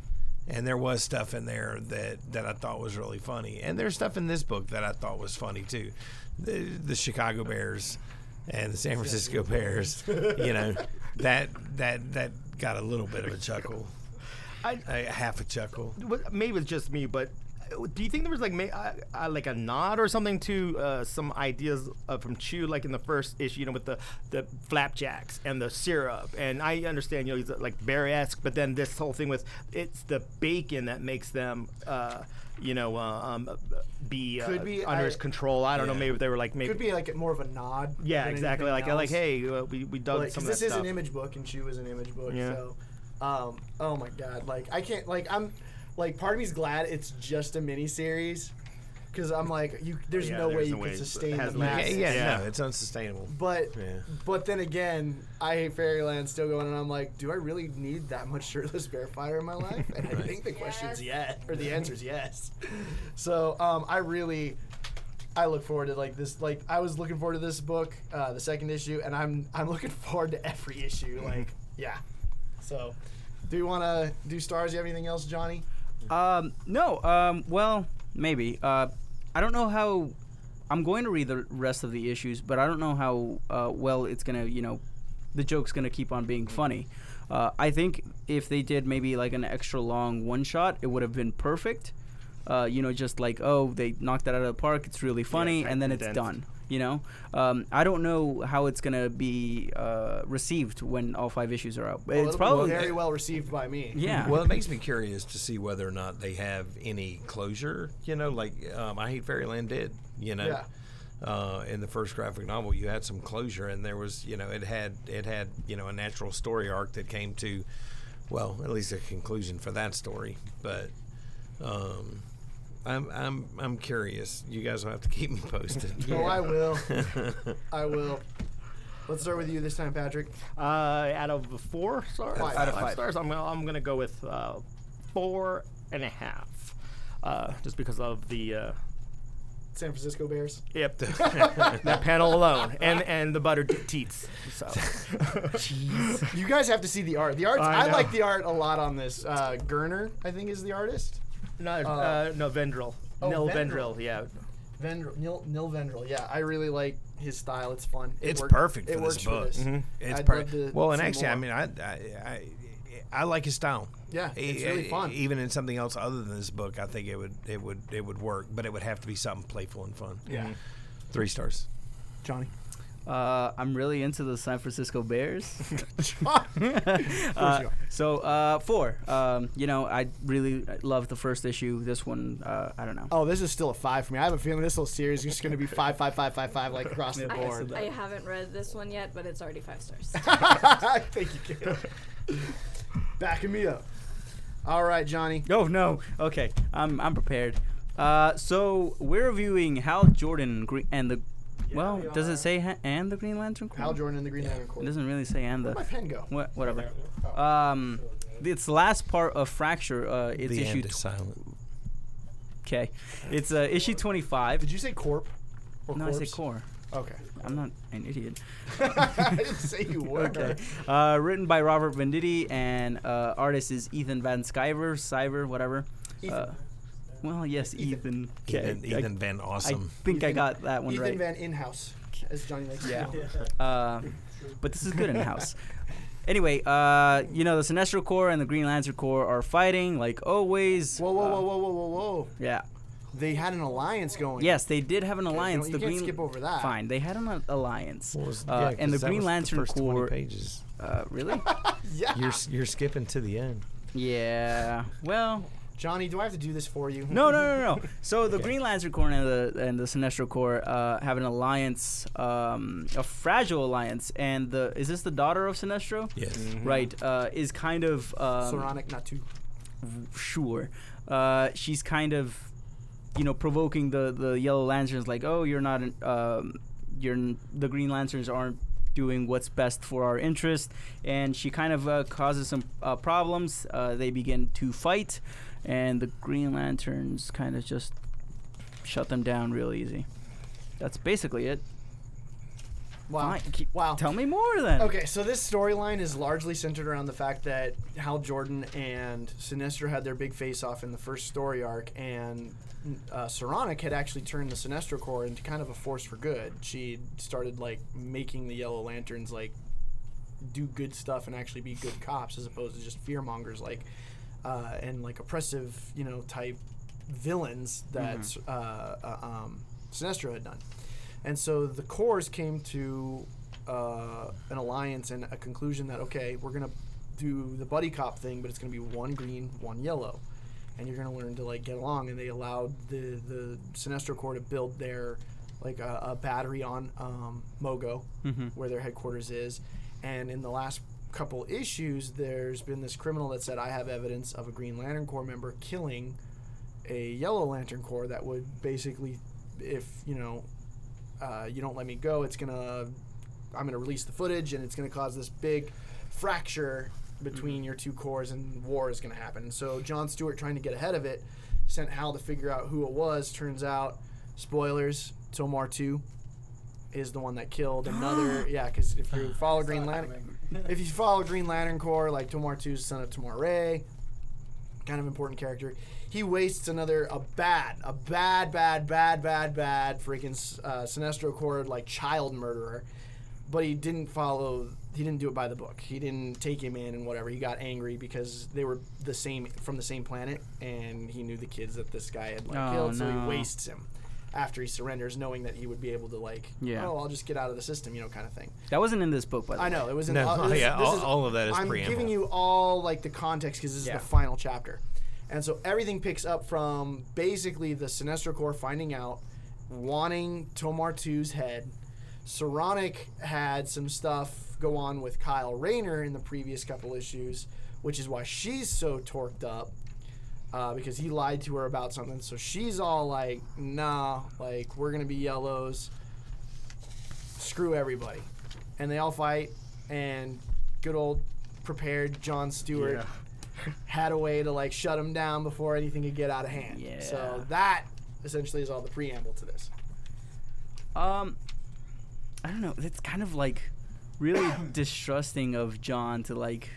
S4: And there was stuff in there that, that I thought was really funny. And there's stuff in this book that I thought was funny too. The, the Chicago Bears and the San Francisco Bears, you know, that that that got a little bit of a chuckle,
S3: I,
S4: a half a chuckle.
S3: w- maybe it's just me, but uh, do you think there was like may, uh, uh, like a nod or something to uh, some ideas uh, from Chew, like in the first issue, you know, with the the flapjacks and the syrup? And I understand, you know, he's uh, like bear-esque, but then this whole thing with it's the bacon that makes them. Uh, you know, uh, um, be, uh,
S2: Could be,
S3: under
S2: I-
S3: his control. I don't know.
S4: Yeah.
S3: Maybe they were like maybe.
S2: Could be like more of a nod.
S3: yeah,
S2: than
S3: exactly. Like
S2: anything
S3: like
S2: else.
S3: hey, uh, we we dug
S2: Like, 'cause
S3: some of that
S2: this is
S3: stuff.
S2: an image book and she was an image book
S3: Yeah.
S2: so um oh my god like i can't like i'm like part of me's glad it's just a mini series because i'm like you there's
S3: Yeah,
S2: no way
S3: there's
S2: you
S3: no
S2: can
S3: way it
S2: sustain
S3: has
S2: the
S3: legs.
S4: Yeah,
S2: mass
S4: yeah,
S3: Yeah.
S4: no, it's unsustainable.
S2: but
S4: Yeah.
S2: but then again i hate fairyland still going and i'm like do i really need that much shirtless bear fighter in my life and i
S4: Right.
S2: think the question's yes or the answer's yes so um i really I look forward to like this. Like I was looking forward to this book, uh, the second issue, and I'm I'm looking <laughs> forward to every
S5: Mm-hmm.
S2: issue. Like yeah, so do you want to do stars? You have anything else, Johnny?
S5: Um, no. Um, well, maybe. Uh, I don't know how. I'm going to read the rest of the issues, but I don't know how uh, well it's gonna. You know, the joke's gonna keep on being funny. Uh, I think if they did maybe like an extra long one shot, it would have been perfect. Uh, you know, just like oh, they knocked that out of the park. It's really funny,
S3: tight
S5: and then
S3: and
S5: it's
S3: dense.
S5: done. You know, um, I don't know how it's gonna be uh, received when all five issues are out.
S2: Well,
S5: it's
S2: it'll be
S5: probably
S2: very well received by me.
S5: yeah.
S4: Well, it makes me curious to see whether or not they have any closure. You know, like um, I Hate Fairyland did. You know,
S2: Yeah.
S4: uh, in the first graphic novel, you had some closure, and there was, you know, it had it had you know a natural story arc that came to, well, at least a conclusion for that story. But um, I'm I'm I'm curious. You guys will have to keep me posted.
S2: <laughs> Oh, I will.
S5: <laughs>
S2: I will. Let's start with you this time, Patrick.
S3: Uh, out of four stars,
S2: Five.
S3: out of
S2: Five.
S3: five stars, I'm gonna, I'm gonna go with uh, four and a half, uh, just because of the uh,
S2: San Francisco
S4: <laughs>
S2: Bears.
S3: yep that panel alone and and the butter teats. So
S4: Oh,
S2: You guys have to see the art. The art.
S3: I
S2: I,
S3: know.
S2: like the art a lot on this. Uh, Gerner, I think, is the artist.
S3: no, uh, no Vendril,
S2: Oh,
S3: no
S2: Vendril.
S3: Vendril, yeah.
S2: Vendril, Nil, Nil Vendril. Yeah, I really like his style. It's fun. It
S4: It's
S2: work-
S4: perfect
S2: it
S4: for
S2: works
S4: this book. Mm-hmm.
S5: Mm-hmm.
S4: It's
S2: I'd love to
S4: perfect. Well, and
S2: see
S4: actually, I
S2: more.
S4: mean, I, I, I, I like his style.
S2: Yeah, it's
S4: E-
S2: really fun.
S4: Even in something else other than this book, I think it would, it would, it would work. But it would have to be something playful and fun.
S2: Yeah.
S5: Mm-hmm.
S4: Three stars.
S2: Johnny.
S5: Uh, I'm really into the San Francisco <laughs> Bears.
S2: <laughs>
S4: <laughs>
S5: <laughs> Uh, so uh, four. Um, you know, I really love the first issue. This one, uh, I don't know.
S2: Oh, this is still a five for me. I have a feeling this whole series is just going to be five, five, five, five, five, like across the
S7: I,
S2: <laughs> board.
S7: I haven't read this one yet, but it's already five stars.
S2: Thank you, kid. Backing me up. All right, Johnny.
S5: Oh no. Okay, I'm I'm prepared. Uh, so we're reviewing Hal Jordan Gre- and the. well,
S2: we
S5: does
S2: are.
S5: it say ha- and the Green Lantern Corps?
S2: Hal Jordan and the Green Lantern
S5: It
S2: Corps.
S5: doesn't really say and the.
S2: Where'd my pen go?
S5: What, whatever. Um, it's the last part of Fracture. Uh, it's
S4: the
S5: issue.
S4: end is silent.
S5: okay, it's uh, issue 25.
S2: Did you say Corp? Or
S5: No, I said
S2: corpse?
S5: core.
S2: Okay.
S5: I'm not an idiot.
S2: <laughs> I didn't say you were.
S5: Okay. Uh, written by Robert Venditti and uh, artist is Ethan Van Sciver, Sciver, whatever. Uh, well, yes, Ethan. Okay.
S4: Ethan,
S5: I-
S4: Ethan Van
S5: I,
S4: Awesome.
S5: think I
S2: Ethan-
S5: got that one
S2: Ethan
S5: right.
S2: Van In-House, as Johnny likes to
S5: Yeah.
S2: call him.
S5: <laughs> Uh, but this is good in house. Anyway, uh, you know the Sinestro Corps and the Green Lantern Corps are fighting like always.
S2: Whoa, whoa,
S5: Uh,
S2: whoa, whoa, whoa, whoa, whoa.
S5: Yeah.
S2: They had an alliance going.
S5: Yes, they did have an alliance.
S2: you
S5: the
S2: can't
S5: Green
S2: skip over that.
S5: Fine, they had an al- alliance.
S4: What was-
S5: uh,
S4: yeah,
S5: and
S4: 'cause
S5: the
S4: that
S5: Green
S4: was
S5: Lantern
S4: first 20
S5: Corps. <laughs>
S4: pages.
S5: Uh,
S4: <laughs>
S5: really?
S2: Yeah.
S4: You're s- you're skipping to the end.
S5: yeah. Well,
S2: Johnny, do I have to do this for you?
S5: No, no,
S2: <laughs>
S5: no, no. So the Green Lantern Corps and the and the Sinestro Corps uh, have an alliance, um, a fragile alliance, and the is this the daughter of Sinestro?
S4: Yes.
S2: Mm-hmm.
S5: Right, uh, is kind of um,
S2: Saronic Natu.
S5: sure. Uh, she's kind of, you know, provoking the the Yellow Lanterns, like, oh, you're not, an, um, you're n- the Green Lanterns aren't doing what's best for our interest, and she kind of uh, causes some uh, problems. Uh, they begin to fight, and the Green Lanterns kind of just shut them down real easy. That's basically it.
S2: Wow.
S5: Fine, keep-
S2: Wow.
S5: Tell me more then.
S2: Okay, so this storyline is largely centered around the fact that Hal Jordan and Sinestro had their big face off in the first story arc, and uh, Saronic had actually turned the Sinestro Corps into kind of a force for good. She started like making the Yellow Lanterns like do good stuff and actually be good cops as opposed to just fear mongers like uh, and like oppressive you know type villains that uh, uh, um, Sinestro had done. And so the cores came to uh, an alliance and a conclusion that okay, we're gonna do the buddy cop thing, but it's gonna be one green, one yellow, and you're gonna learn to like get along. And they allowed the the Sinestro Corps to build their like a, a battery on um, Mogo, where their headquarters is. And in the last couple issues, there's been this criminal that said, "I have evidence of a Green Lantern Corps member killing a Yellow Lantern Corps that would basically, if you know, uh, you don't let me go, it's gonna, I'm gonna release the footage, and it's gonna cause this big fracture between your two corps, and war is gonna happen. So John Stewart, trying to get ahead of it, sent Hal to figure out who it was. Turns out, spoilers, Tomar Two is the one that killed
S5: <gasps>
S2: another. yeah, because if you follow Green Lantern, if you follow Green Lantern Corps, like Tomar Two's son of Tomar Ray, kind of important character. He wastes another a bad, a bad, bad, bad, bad, bad freaking uh, Sinestro Corps like child murderer, but he didn't follow. He didn't do it by the book. He didn't take him in and whatever. He got angry because they were the same from the same planet, and he knew the kids that this guy had like
S5: Oh,
S2: killed, so
S5: no.
S2: he wastes him after he surrenders, knowing that he would be able to like,
S5: Yeah.
S2: oh, I'll just get out of the system, you know, kind of thing.
S5: That wasn't in this book, by the way.
S2: I know it was in.
S4: No, <laughs>
S2: uh, this-
S4: yeah,
S2: this
S4: all-
S2: is-
S4: all of that is
S2: I'm
S4: preamble.
S2: giving you all like the context because this
S5: Yeah.
S2: is the final chapter, and so everything picks up from basically the Sinestro Corps finding out, wanting Tomar 2's head. Saronic had some stuff go on with Kyle Rayner in the previous couple issues, which is why she's so torqued up uh, because he lied to her about something. So she's all like, nah, like, we're going to be yellows. Screw everybody. And they all fight, and good old prepared John Stewart <laughs> had a way to, like, shut him down before anything could get out of hand.
S5: Yeah.
S2: So that essentially is all the preamble to this.
S5: Um, I don't know. It's kind of like really <coughs> distrusting of John to like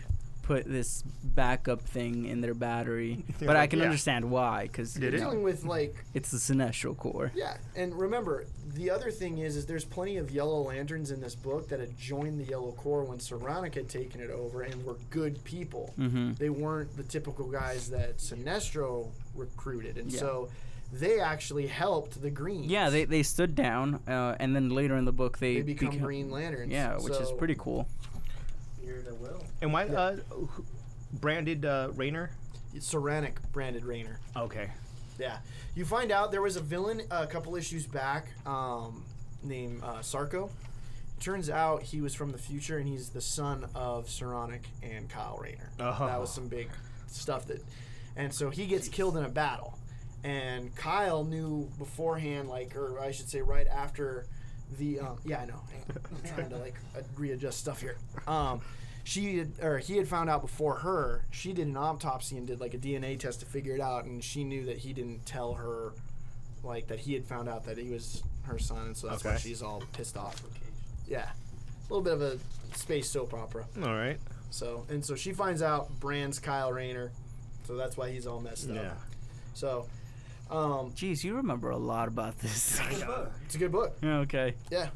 S5: put this backup thing in their battery, but I can
S3: Yeah.
S5: understand why because
S3: Did it?
S2: Dealing with, like,
S5: it's the Sinestro Corps.
S2: Yeah, and remember, the other thing is, is there's plenty of Yellow Lanterns in this book that had joined the Yellow Corps when Saronic had taken it over and were good people.
S5: Mhm.
S2: They weren't the typical guys that Sinestro recruited, and
S5: Yeah.
S2: so they actually helped the Greens.
S5: Yeah, they, they stood down, uh, and then later in the book they,
S2: they become
S5: beca-
S2: Green Lanterns.
S5: Yeah, which is
S2: so-
S5: pretty cool.
S6: Fear the will.
S3: And why uh, who- branded uh, Rainer?
S2: Saronic branded Rainer.
S3: Okay.
S2: Yeah, you find out there was a villain a couple issues back um, named uh, Sarko. Turns out he was from the future, and he's the son of Saronic and Kyle Rayner.
S3: Oh.
S2: That was some big stuff that, and so he gets killed in a battle, and Kyle knew beforehand, like, or I should say, right after the um, yeah, I know. Hang on. I'm trying to like <laughs> uh, readjust stuff here. Um, she had, or he had found out before her. She did an autopsy and did like a DNA test to figure it out, and she knew that he didn't tell her, like that he had found out that he was her son, and so that's why
S3: Okay.
S2: she's all pissed off. Yeah, a little bit of a space soap opera.
S3: All right.
S2: So and so she finds out Brand's Kyle Rayner, so that's why he's all messed up.
S3: Yeah.
S2: So, um,
S5: Jeez, you remember a lot about
S3: <laughs>
S5: this.
S2: it's a good book.
S5: Yeah, <laughs> okay.
S2: Yeah.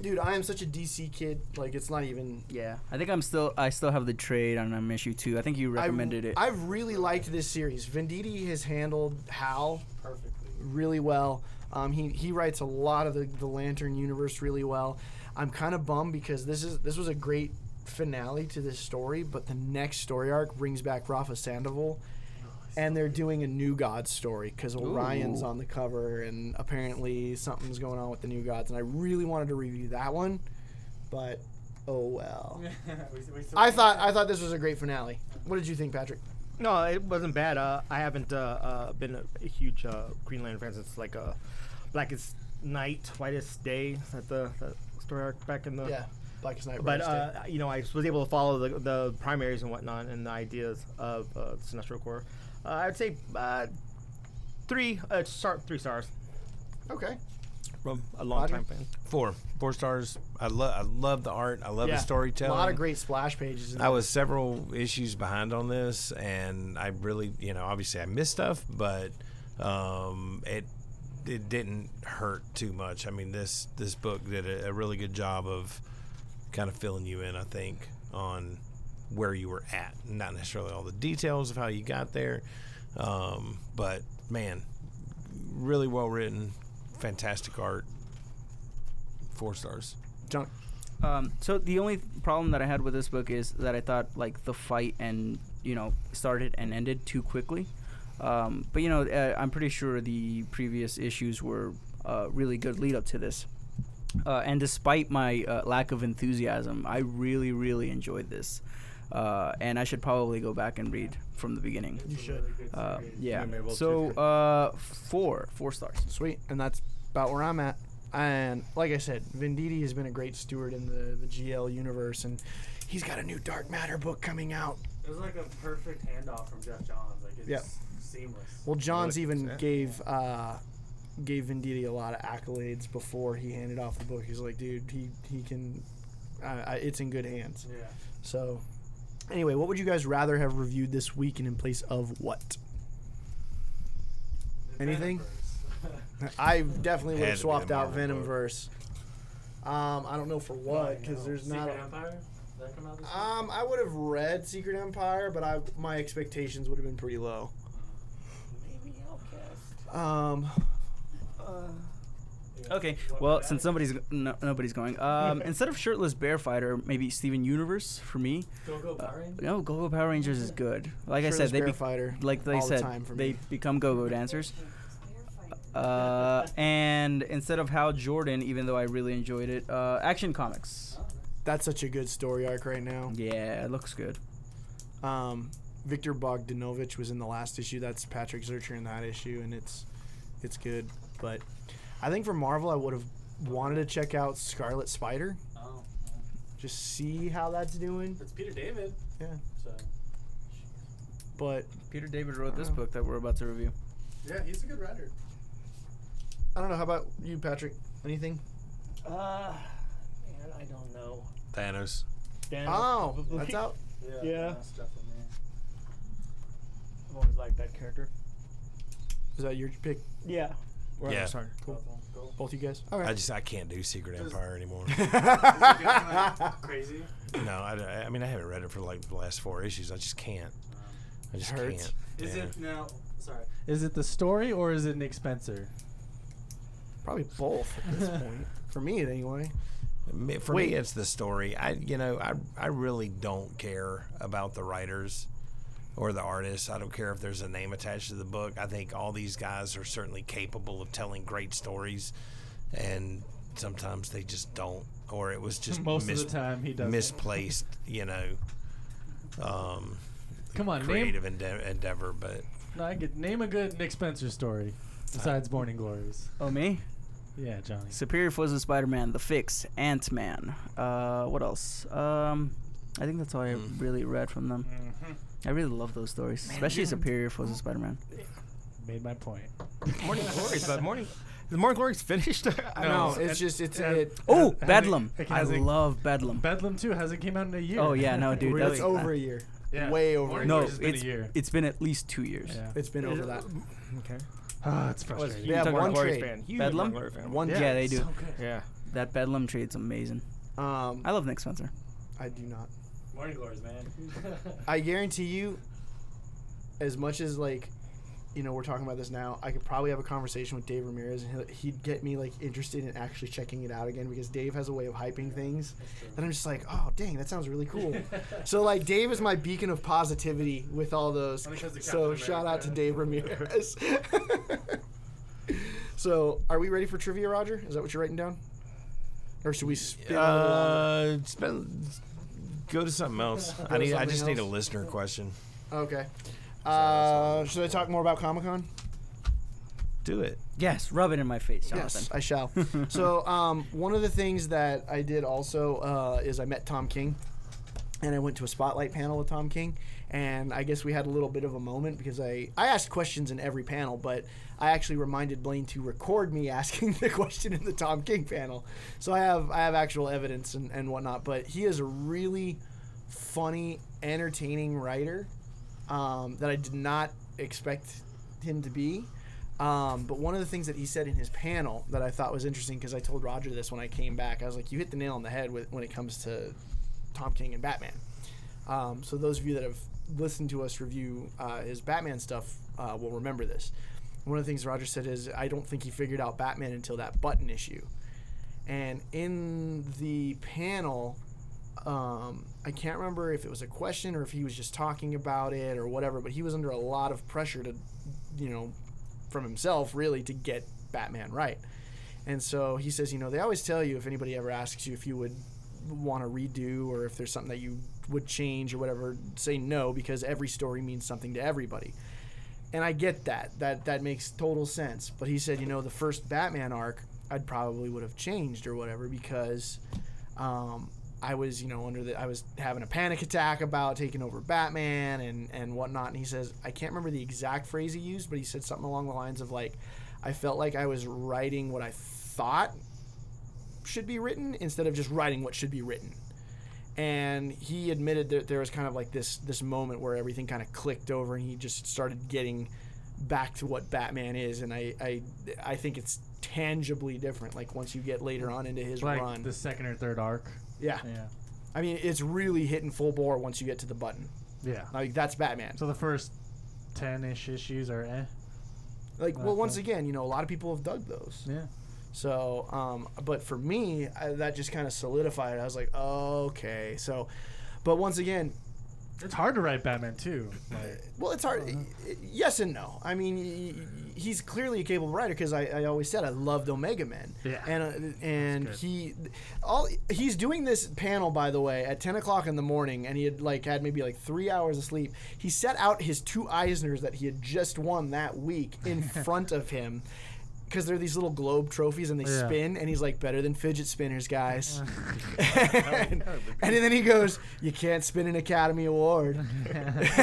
S2: Dude, I am such a DC kid. Like, it's not even.
S5: Yeah, I think I'm still I still have the trade on um, issue two. I think you recommended
S2: I,
S5: it.
S2: I really liked this series. Venditti has handled Hal
S6: Perfectly.
S2: really well. Um, he he writes a lot of the, the Lantern universe really well. I'm kind of bummed because this is this was a great finale to this story, but the next story arc brings back Rafa Sandoval, and they're doing a New Gods story because Orion's
S5: Ooh.
S2: on the cover, and apparently something's going on with the New Gods, and I really wanted to review that one, but oh well.
S6: <laughs> We- we still-
S2: I thought I thought this was a great finale. What did you think, Patrick?
S3: No, it wasn't bad. Uh, I haven't uh, uh, been a, a huge uh, Green Lantern fan since like uh, Blackest Night, Whitest Day. Is that the, the story arc back in the?
S2: Yeah, Blackest Night.
S3: But
S2: Brightest
S3: uh,
S2: Day.
S3: you know, I was able to follow the, the primaries and whatnot and the ideas of uh, the Sinestro Corps. Uh, I'd say uh, three. Uh, star, three stars.
S2: Okay.
S4: From a long
S2: Roger?
S4: time fan. Four, four stars. I love, I love the art. I love
S2: Yeah.
S4: the storytelling.
S2: A lot of great splash pages. in
S4: I
S2: there.
S4: was several issues behind on this, and I really, you know, obviously I missed stuff, but um, it it didn't hurt too much. I mean, this this book did a, a really good job of kind of filling you in. I think on where you were at, not necessarily all the details of how you got there, um, but man, really well written, fantastic art, four stars.
S2: John,
S5: Um, so the only problem that I had with this book is that I thought like the fight and you know started and ended too quickly. Um, but you know uh, I'm pretty sure the previous issues were uh, really good lead up to this. Uh, and despite my uh, lack of enthusiasm, I really really enjoyed this. Uh, and I should probably go back and read from the beginning.
S2: you should.
S5: Uh, yeah.
S1: maybe we'll
S5: So uh, four four stars.
S2: Sweet. And that's about where I'm at. And like I said, Venditti has been a great steward in the, the GL universe, and he's got a new Dark Matter book coming out.
S6: It was like a perfect handoff from Jeff Johns. Like it's
S2: Yeah.
S6: seamless.
S2: Well, Johns
S1: Really?
S2: even
S1: Yeah.
S2: gave uh, gave Venditti a lot of accolades before he handed off the book. He's like, dude, he he can, uh, I- it's in good hands.
S6: yeah.
S2: So, anyway, what would you guys rather have reviewed this week, and in place of what?
S6: The <laughs>
S2: Anything?
S6: Venomverse.
S2: I definitely would
S4: Had
S2: have
S4: to be
S2: swapped
S4: the
S2: out
S4: Marvel book.
S2: Venomverse. Um, I don't know for what because there's
S6: Secret
S2: not. A,
S6: Empire? Did that come out this year?
S2: um, I would have read Secret Empire, but I my expectations would have been pretty low.
S6: Maybe Outcast.
S2: Um,
S6: Yeah.
S5: Okay.
S6: What
S5: Well,
S6: about it?
S5: since somebody's no, nobody's going,
S2: <laughs>
S5: um, instead of shirtless bear fighter, maybe Steven Universe for me.
S6: Go
S2: Uh,
S6: Go Power Rangers?
S5: No, Go Go Power Rangers is good. Like I
S2: Shirtless
S5: said, they
S2: Bear
S5: be,
S2: fighter.
S5: like they
S2: all the
S5: said
S2: time for
S5: they
S2: me.
S5: become Go Go dancers. Uh, and instead of Hal Jordan, even though I really enjoyed it, uh, Action Comics.
S2: That's such a good story arc right now.
S5: Yeah, it looks good.
S2: Um, Victor Bogdanovich was in the last issue. That's Patrick Zercher in that issue, and it's it's good. But I think for Marvel, I would have wanted to check out Scarlet Spider.
S6: Oh.
S2: Just see how that's doing.
S6: It's Peter David.
S2: Yeah.
S6: So.
S2: But
S5: Peter David wrote this
S2: Wow.
S5: book that we're about to review.
S6: Yeah, he's a good writer.
S2: I don't know. How about you, Patrick? Anything?
S3: Uh, man, I don't know.
S4: Thanos.
S2: Oh, that's out.
S6: Yeah.
S3: Yeah.
S6: nice Stuff in there.
S3: I've always liked that character.
S2: Is that your pick?
S3: Yeah.
S2: Or-
S4: Yeah.
S2: Sorry. Cool.
S6: Cool. Cool.
S2: Both you guys. All
S4: I
S2: right.
S4: just I can't do Secret
S6: Does-
S4: Empire <laughs> anymore.
S6: Is he doing, like, crazy?
S4: No, I, I- I mean I haven't read it for like the last four issues. I just can't. I just
S2: Hurts.
S4: can't.
S6: Is
S4: Yeah.
S6: it now? Sorry.
S8: Is it the story or is it Nick Spencer?
S2: Probably both at <laughs> this point. For me, anyway.
S4: Me- For
S2: Wait.
S4: me, it's the story. I you know I I really don't care about the writers or the artists. I don't care if there's a name attached to the book. I think all these guys are certainly capable of telling great stories, and sometimes they just don't, or it was just
S8: <laughs> Most
S4: mis-
S8: of the time, he does.
S4: misplaced. You know. Um,
S8: Come on, name.
S4: creative ende- endeavor, but
S8: No, I could name a good Nick Spencer story besides Born and Glories.
S5: Oh me?
S8: Yeah, Johnny.
S5: Superior Foes of Spider-Man, The Fix, Ant-Man. Uh, what else? Um, I think that's all I
S8: Hmm.
S4: Mm.
S5: really read from them.
S8: Mm-hmm.
S5: I really love those stories, especially Superior Foes of Spider-Man.
S8: Made my point.
S3: Morning Glories, but morning. The Morning Glories <laughs> finished. I
S2: No,
S3: know.
S2: it's just it's it.
S5: Oh,
S8: Has it-
S5: Bedlam!
S8: it
S5: I
S8: has it-
S5: love Bedlam.
S8: Bedlam too hasn't came out in a year.
S5: Oh yeah, no, dude,
S2: That's
S5: that's
S2: over a year. Way over. a
S5: No,
S2: year.
S8: Morning Glories has been a
S5: it's
S8: year.
S5: it's been at least two years.
S8: Yeah.
S2: It's been over that.
S8: <laughs> Ah, it's frustrating.
S2: They have one trade.
S5: Bedlam?
S2: One
S5: Yeah,
S2: trade.
S5: they do.
S8: Yeah.
S5: That Bedlam trade's amazing.
S2: Um,
S5: I love Nick Spencer.
S2: I do not.
S6: Morning glories, man.
S2: I guarantee you, as much as like, you know, we're talking about this now, I could probably have a conversation with Dave Ramirez, and he'll, he'd get me like interested in actually checking it out again because Dave has a way of hyping things, and I'm just like, oh dang, that sounds
S6: <laughs>
S2: really cool. so like, Dave is my beacon of positivity with all those.
S6: When it comes to
S2: So
S6: Captain
S2: shout out to
S6: America.
S2: Dave Ramirez. <laughs> so are we ready for trivia, Roger? Is that what you're writing down? Or should we spin a little longer?
S4: Uh, it's been, go to something else. I need. I
S2: something
S4: just need a
S2: else?
S4: listener question.
S2: Okay. Uh, should I talk more about Comic Con?
S4: Do it.
S5: Yes, rub it in my face, Jonathan.
S2: Yes, I shall. so, um, one of the things that I did also uh, is I met Tom King and I went to a spotlight panel with Tom King, and I guess we had a little bit of a moment because I I asked questions in every panel, but I actually reminded Blaine to record me <laughs> asking the question in the Tom King panel, so I have I have actual evidence and and whatnot. But he is a really funny, entertaining writer um, that I did not expect him to be. Um, but one of the things that he said in his panel that I thought was interesting because I told Roger this when I came back, I was like, "You hit the nail on the head with, when it comes to Tom King and Batman." Um, so those of you that have listened to us review uh, his Batman stuff uh, will remember this. One of the things Roger said is, "I don't think he figured out Batman until that button issue." And in the panel, um, I can't remember if it was a question or if he was just talking about it or whatever, but he was under a lot of pressure to, you know, from himself really to get Batman right. And so he says, you know, they always tell you if anybody ever asks you if you would want to redo or if there's something that you would change or whatever, say no because every story means something to everybody. And I get that. That that makes total sense. But he said, you know, the first Batman arc, I'd probably would have changed or whatever because um, I was, you know, under the, I was having a panic attack about taking over Batman and and whatnot. And he says, I can't remember the exact phrase he used, but he said something along the lines of like, I felt like I was writing what I thought should be written instead of just writing what should be written. And he admitted that there was kind of like this this moment where everything kind of clicked over, and he just started getting back to what Batman is. And I I, I think it's tangibly different. Like once you get later on into his
S8: <laughs> like
S2: run,
S8: the second or third arc.
S2: yeah.
S8: Yeah.
S2: I mean, it's really hitting full bore once you get to the button.
S8: Yeah.
S2: Like that's Batman.
S8: So the first ten-ish issues are eh.
S2: Like, well, once
S8: Okay.
S2: again, you know, a lot of people have dug those.
S8: Yeah.
S2: So, um, but for me, I, that just kind of solidified. it. I was like, okay. So, but once again,
S8: It's hard to write Batman too. Like,
S2: well, it's hard. y- Yes and no. I mean, y- y- he's clearly a capable writer because I, I always said I loved Omega Men.
S8: Yeah.
S2: And uh, and he, all he's doing this panel by the way at ten o'clock in the morning, and he had like had maybe like three hours of sleep. He set out his two Eisners that he had just won that week
S8: <laughs>
S2: in front of him. Because they're these little globe trophies and they
S8: Yeah.
S2: spin, and he's like, better than fidget spinners,
S8: <laughs>
S2: guys. and, and then he goes, "You can't spin an Academy Award."
S8: <laughs>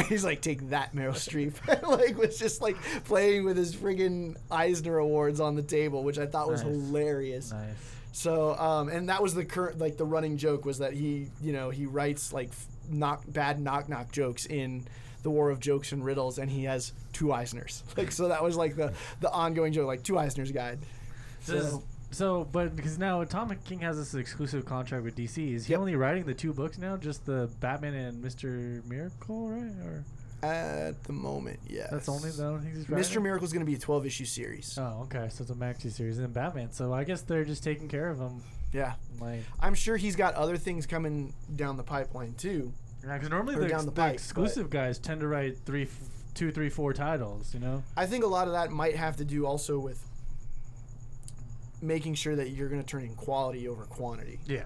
S2: He's like, "Take that, Meryl Streep!" <laughs> like was just like playing with his friggin' Eisner Awards on the table, which I thought was
S8: Nice.
S2: hilarious.
S8: nice.
S2: So, um, and that was the current, like the running joke was that he, you know, he writes like f- knock bad knock knock jokes in the War of Jokes and Riddles, and he has two Eisners. <laughs> Like so, that was like the the ongoing joke, like two Eisners guide.
S8: So, so, but because now Atomic King has this exclusive contract with DC, is he
S2: Yep.
S8: only writing the two books now? Just the Batman and Mister Miracle, right? Or
S2: At the moment, yes.
S8: that's only the only thing he's writing.
S2: Mr. Miracle's going to be a 12 issue series.
S8: Oh, okay. So it's a maxi series and then Batman. So I guess they're just taking care of him.
S2: Yeah.
S8: Like,
S2: I'm sure he's got other things coming down the pipeline too.
S8: because normally
S2: Or
S8: the,
S2: down
S8: ex-
S2: the
S8: the,
S2: pike,
S8: exclusive guys tend to write three, f- two, three, four titles. You know.
S2: I think a lot of that might have to do also with making sure that you're going to turn in quality over quantity.
S8: Yeah.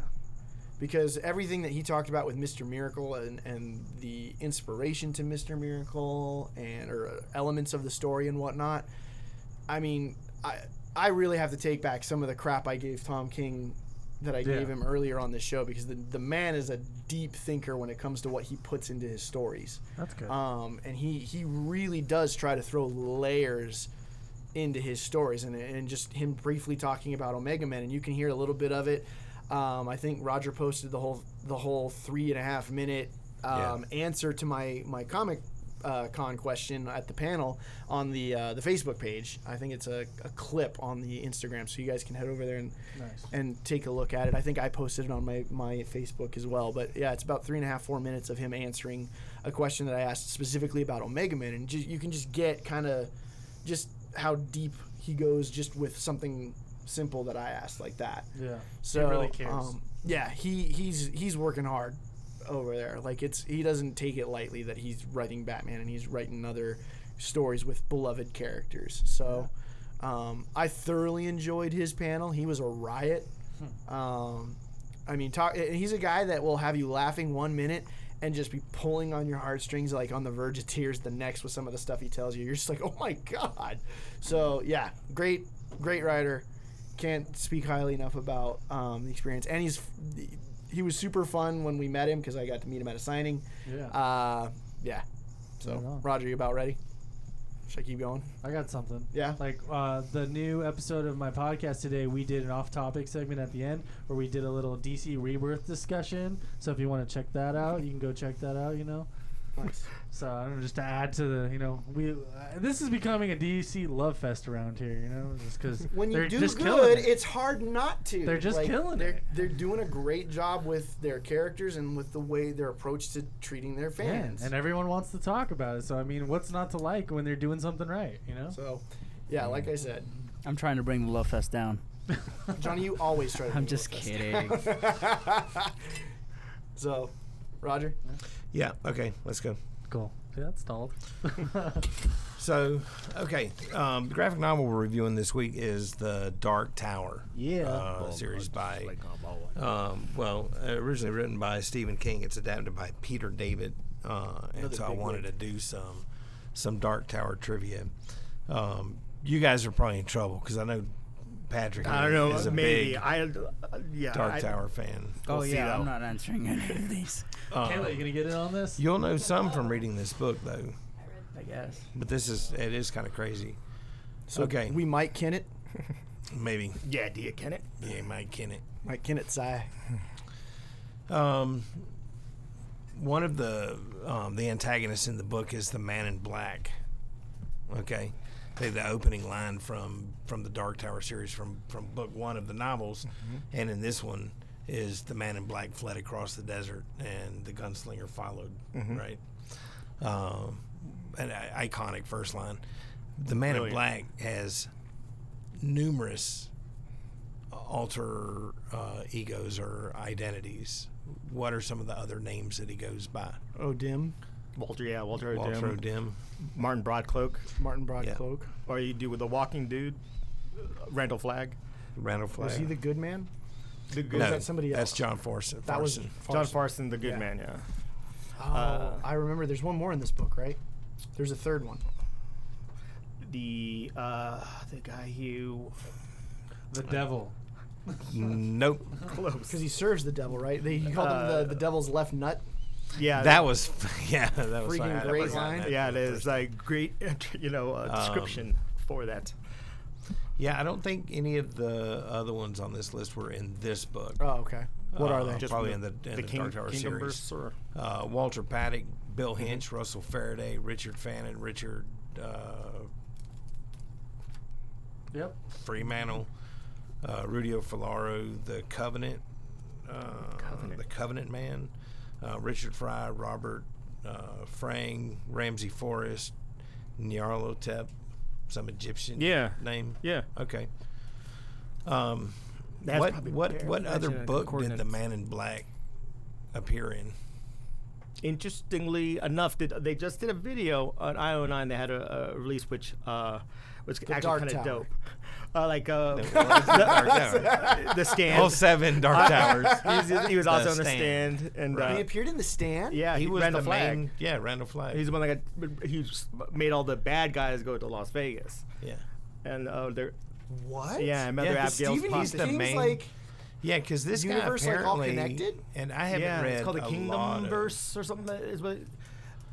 S2: Because everything that he talked about with Mr. Miracle and, and the inspiration to Mr. Miracle and or uh, elements of the story and whatnot, I mean, I I really have to take back some of the crap I gave Tom King that I
S8: Yeah.
S2: gave him earlier on this show because the, the man is a deep thinker when it comes to what he puts into his stories.
S8: That's good.
S2: Um, and he, he really does try to throw layers into his stories and, and just him briefly talking about Omega Man and you can hear a little bit of it. Um, I think Roger posted the whole the whole three and a half minute um, answer to my my comic uh, con question at the panel on the uh, the Facebook page. I think it's a, a clip on the Instagram, so you guys can head over there and
S8: nice.
S2: and take a look at it. I think I posted it on my, my Facebook as well. But yeah, it's about three and a half, four minutes of him answering a question that I asked specifically about Omega Man. And ju- you can just get kind of just how deep he goes just with something simple that I asked like that.
S8: Yeah.
S2: So
S8: really cares.
S2: Um, yeah, he, he's he's working hard over there. Like it's he doesn't take it lightly that he's writing Batman and he's writing other stories with beloved characters. So um, I thoroughly enjoyed his panel. He was a riot.
S8: Hmm.
S2: Um, I mean, talk. and He's a guy that will have you laughing one minute and just be pulling on your heartstrings, like on the verge of tears, the next with some of the stuff he tells you. You're just like, oh my god. So yeah, great, great writer. Can't speak highly enough about um, the experience, and he's he was super fun when we met him because I got to meet him at a signing.
S8: Yeah.
S2: Uh, yeah. So
S8: Right on.
S2: Roger, you about ready? Should I keep going?
S8: I got something.
S2: Yeah?
S8: Like uh, the new episode of my podcast today, we did an off-topic segment at the end where we did a little DC Rebirth discussion. So if you want to check that out, you can go check that out. You know.
S2: Nice.
S8: So I don't know, just to add to the, you know, we uh, this is becoming a DC love fest around here. You know, just because
S2: <laughs> when
S8: they're
S2: you do
S8: just killing
S2: good,
S8: it.
S2: it's hard not to.
S8: They're just killing
S2: they're,
S8: it.
S2: They're doing a great job with their characters and with the way their approach to treating their
S8: Yeah,
S2: fans.
S8: and everyone wants to talk about it. So I mean, what's not to like when they're doing something right? You know.
S2: so, yeah, like I said,
S5: I'm trying to bring the love fest down.
S2: Johnny, you always try. To
S5: I'm
S2: do
S5: just
S2: what's
S5: kidding.
S2: best. <laughs> so, Roger,
S4: Yeah. Okay. Let's go.
S8: Cool. Yeah, that's stalled.
S4: So, okay, um, the graphic novel we're reviewing this week is the Dark Tower.
S8: Yeah.
S4: uh, series by. Um, well, originally written by Stephen King, it's adapted by Peter David, uh, and
S2: Another
S4: so I
S2: big
S4: wanted
S2: wig.
S4: to do some some Dark Tower trivia. Um, you guys are probably in trouble because I know Patrick
S3: I don't know.
S4: is a
S3: maybe
S4: big
S3: I. Uh, yeah.
S4: Dark
S3: I,
S4: Tower fan.
S5: Oh
S3: We'll see,
S5: yeah,
S3: though.
S5: I'm not answering any of these.
S8: Kayla, you gonna get in on this?
S4: You'll know some from reading this book though,
S5: I guess.
S4: but this is it is kind of crazy.
S2: so
S4: okay,
S2: we Mike Kennett,
S4: maybe
S3: Yeah. Do you can it?
S4: yeah, Mike Kennett.
S2: Mike Kennett, sigh.
S4: Um, one of the um, the antagonists in the book is the Man in Black. Okay, They- the opening line from from the Dark Tower series from from book one of the novels, and in this one is the Man in Black fled across the desert and the gunslinger followed. Right, um, an i- iconic first line. The Man in
S3: Brilliant.
S4: Black has numerous alter uh, egos or identities. What are some of the other names that he goes by?
S2: Odim,
S3: Walter. Yeah. Walter.
S4: Walter
S3: O'Dim.
S4: O'Dim.
S3: Martin Broadcloak.
S2: Martin
S4: Yeah.
S2: Broadcloak.
S3: Or you do with the Walking Dude. uh, Randall Flagg.
S4: Randall Flagg.
S2: Was he the good man?
S3: The good.
S4: no,
S2: that somebody
S4: that's
S2: else?
S4: John Farson.
S2: That was
S4: Farson.
S3: John Farson, the good
S2: Yeah.
S3: man. Yeah.
S2: Oh,
S3: uh,
S2: I remember. There's one more in this book, right? There's a third one.
S3: The uh, the guy who
S8: The devil.
S4: Nope.
S3: close.
S2: Because he serves the devil, right? They, you call him the, the devil's left nut.
S3: Yeah.
S4: That was <laughs> yeah. That was
S2: Freaking
S4: I- I
S2: great
S4: forgot
S2: line.
S4: that.
S3: Yeah. It is like great. <laughs> You know,
S4: Um,
S3: uh, description for that.
S4: Yeah, I don't think any of the other ones on this list were in this book.
S2: Oh, okay. What are
S4: Uh,
S2: they?
S4: Just probably in the, in the, Dark Tower
S3: Kingdom
S4: series.
S3: Bursts or-
S4: uh, Walter Paddock, Bill Hinch, Russell Faraday, Richard Fannin, Richard uh,
S8: Yep.
S4: Fremantle, uh, Rudy O'Falaro, The Covenant, uh,
S3: Covenant.
S4: The Covenant Man, uh, Richard Fry, Robert uh, Frang, Ramsey Forrest, Nyarlathotep, some Egyptian
S3: Yeah.
S4: name.
S3: Yeah.
S4: Okay. Um,
S3: That's
S4: what
S3: probably
S4: what
S3: very
S4: what
S3: much
S4: other
S3: in the
S4: book did the
S3: coordinates.
S4: Man in Black appear
S3: <laughs>
S4: in?
S3: Interestingly enough, did, they just did a video on IO9. They had a, a release which uh, was
S2: Dark
S3: actually kind
S2: Tower.
S3: of dope. Uh, like uh, <laughs>
S4: Dark Tower.
S3: the stand.
S4: All seven
S3: Uh,
S4: Dark Towers.
S3: <laughs> he was, he was
S4: The
S3: also on the
S4: Stand.
S3: stand, and
S2: he
S3: uh,
S2: appeared in the stand.
S3: yeah, he, was Randall
S4: the
S3: Flagg.
S4: main- Yeah, Randall Flagg.
S3: He's the one that got, he s- made all the bad guys go to Las Vegas,
S4: yeah.
S3: and uh, they're
S2: What?
S3: yeah, and Mother
S4: Yeah, 'cause
S3: Abigail's
S4: Stephen-
S3: pop-
S4: he's the
S2: King's
S4: main-
S2: like
S4: Yeah, because this
S2: Universe,
S4: guy
S2: like, all
S4: apparently,
S2: connected?
S4: and I haven't
S3: yeah,
S4: read
S3: it's called the
S4: a lot
S3: Kingdom
S4: of-
S3: Verse or something. That is what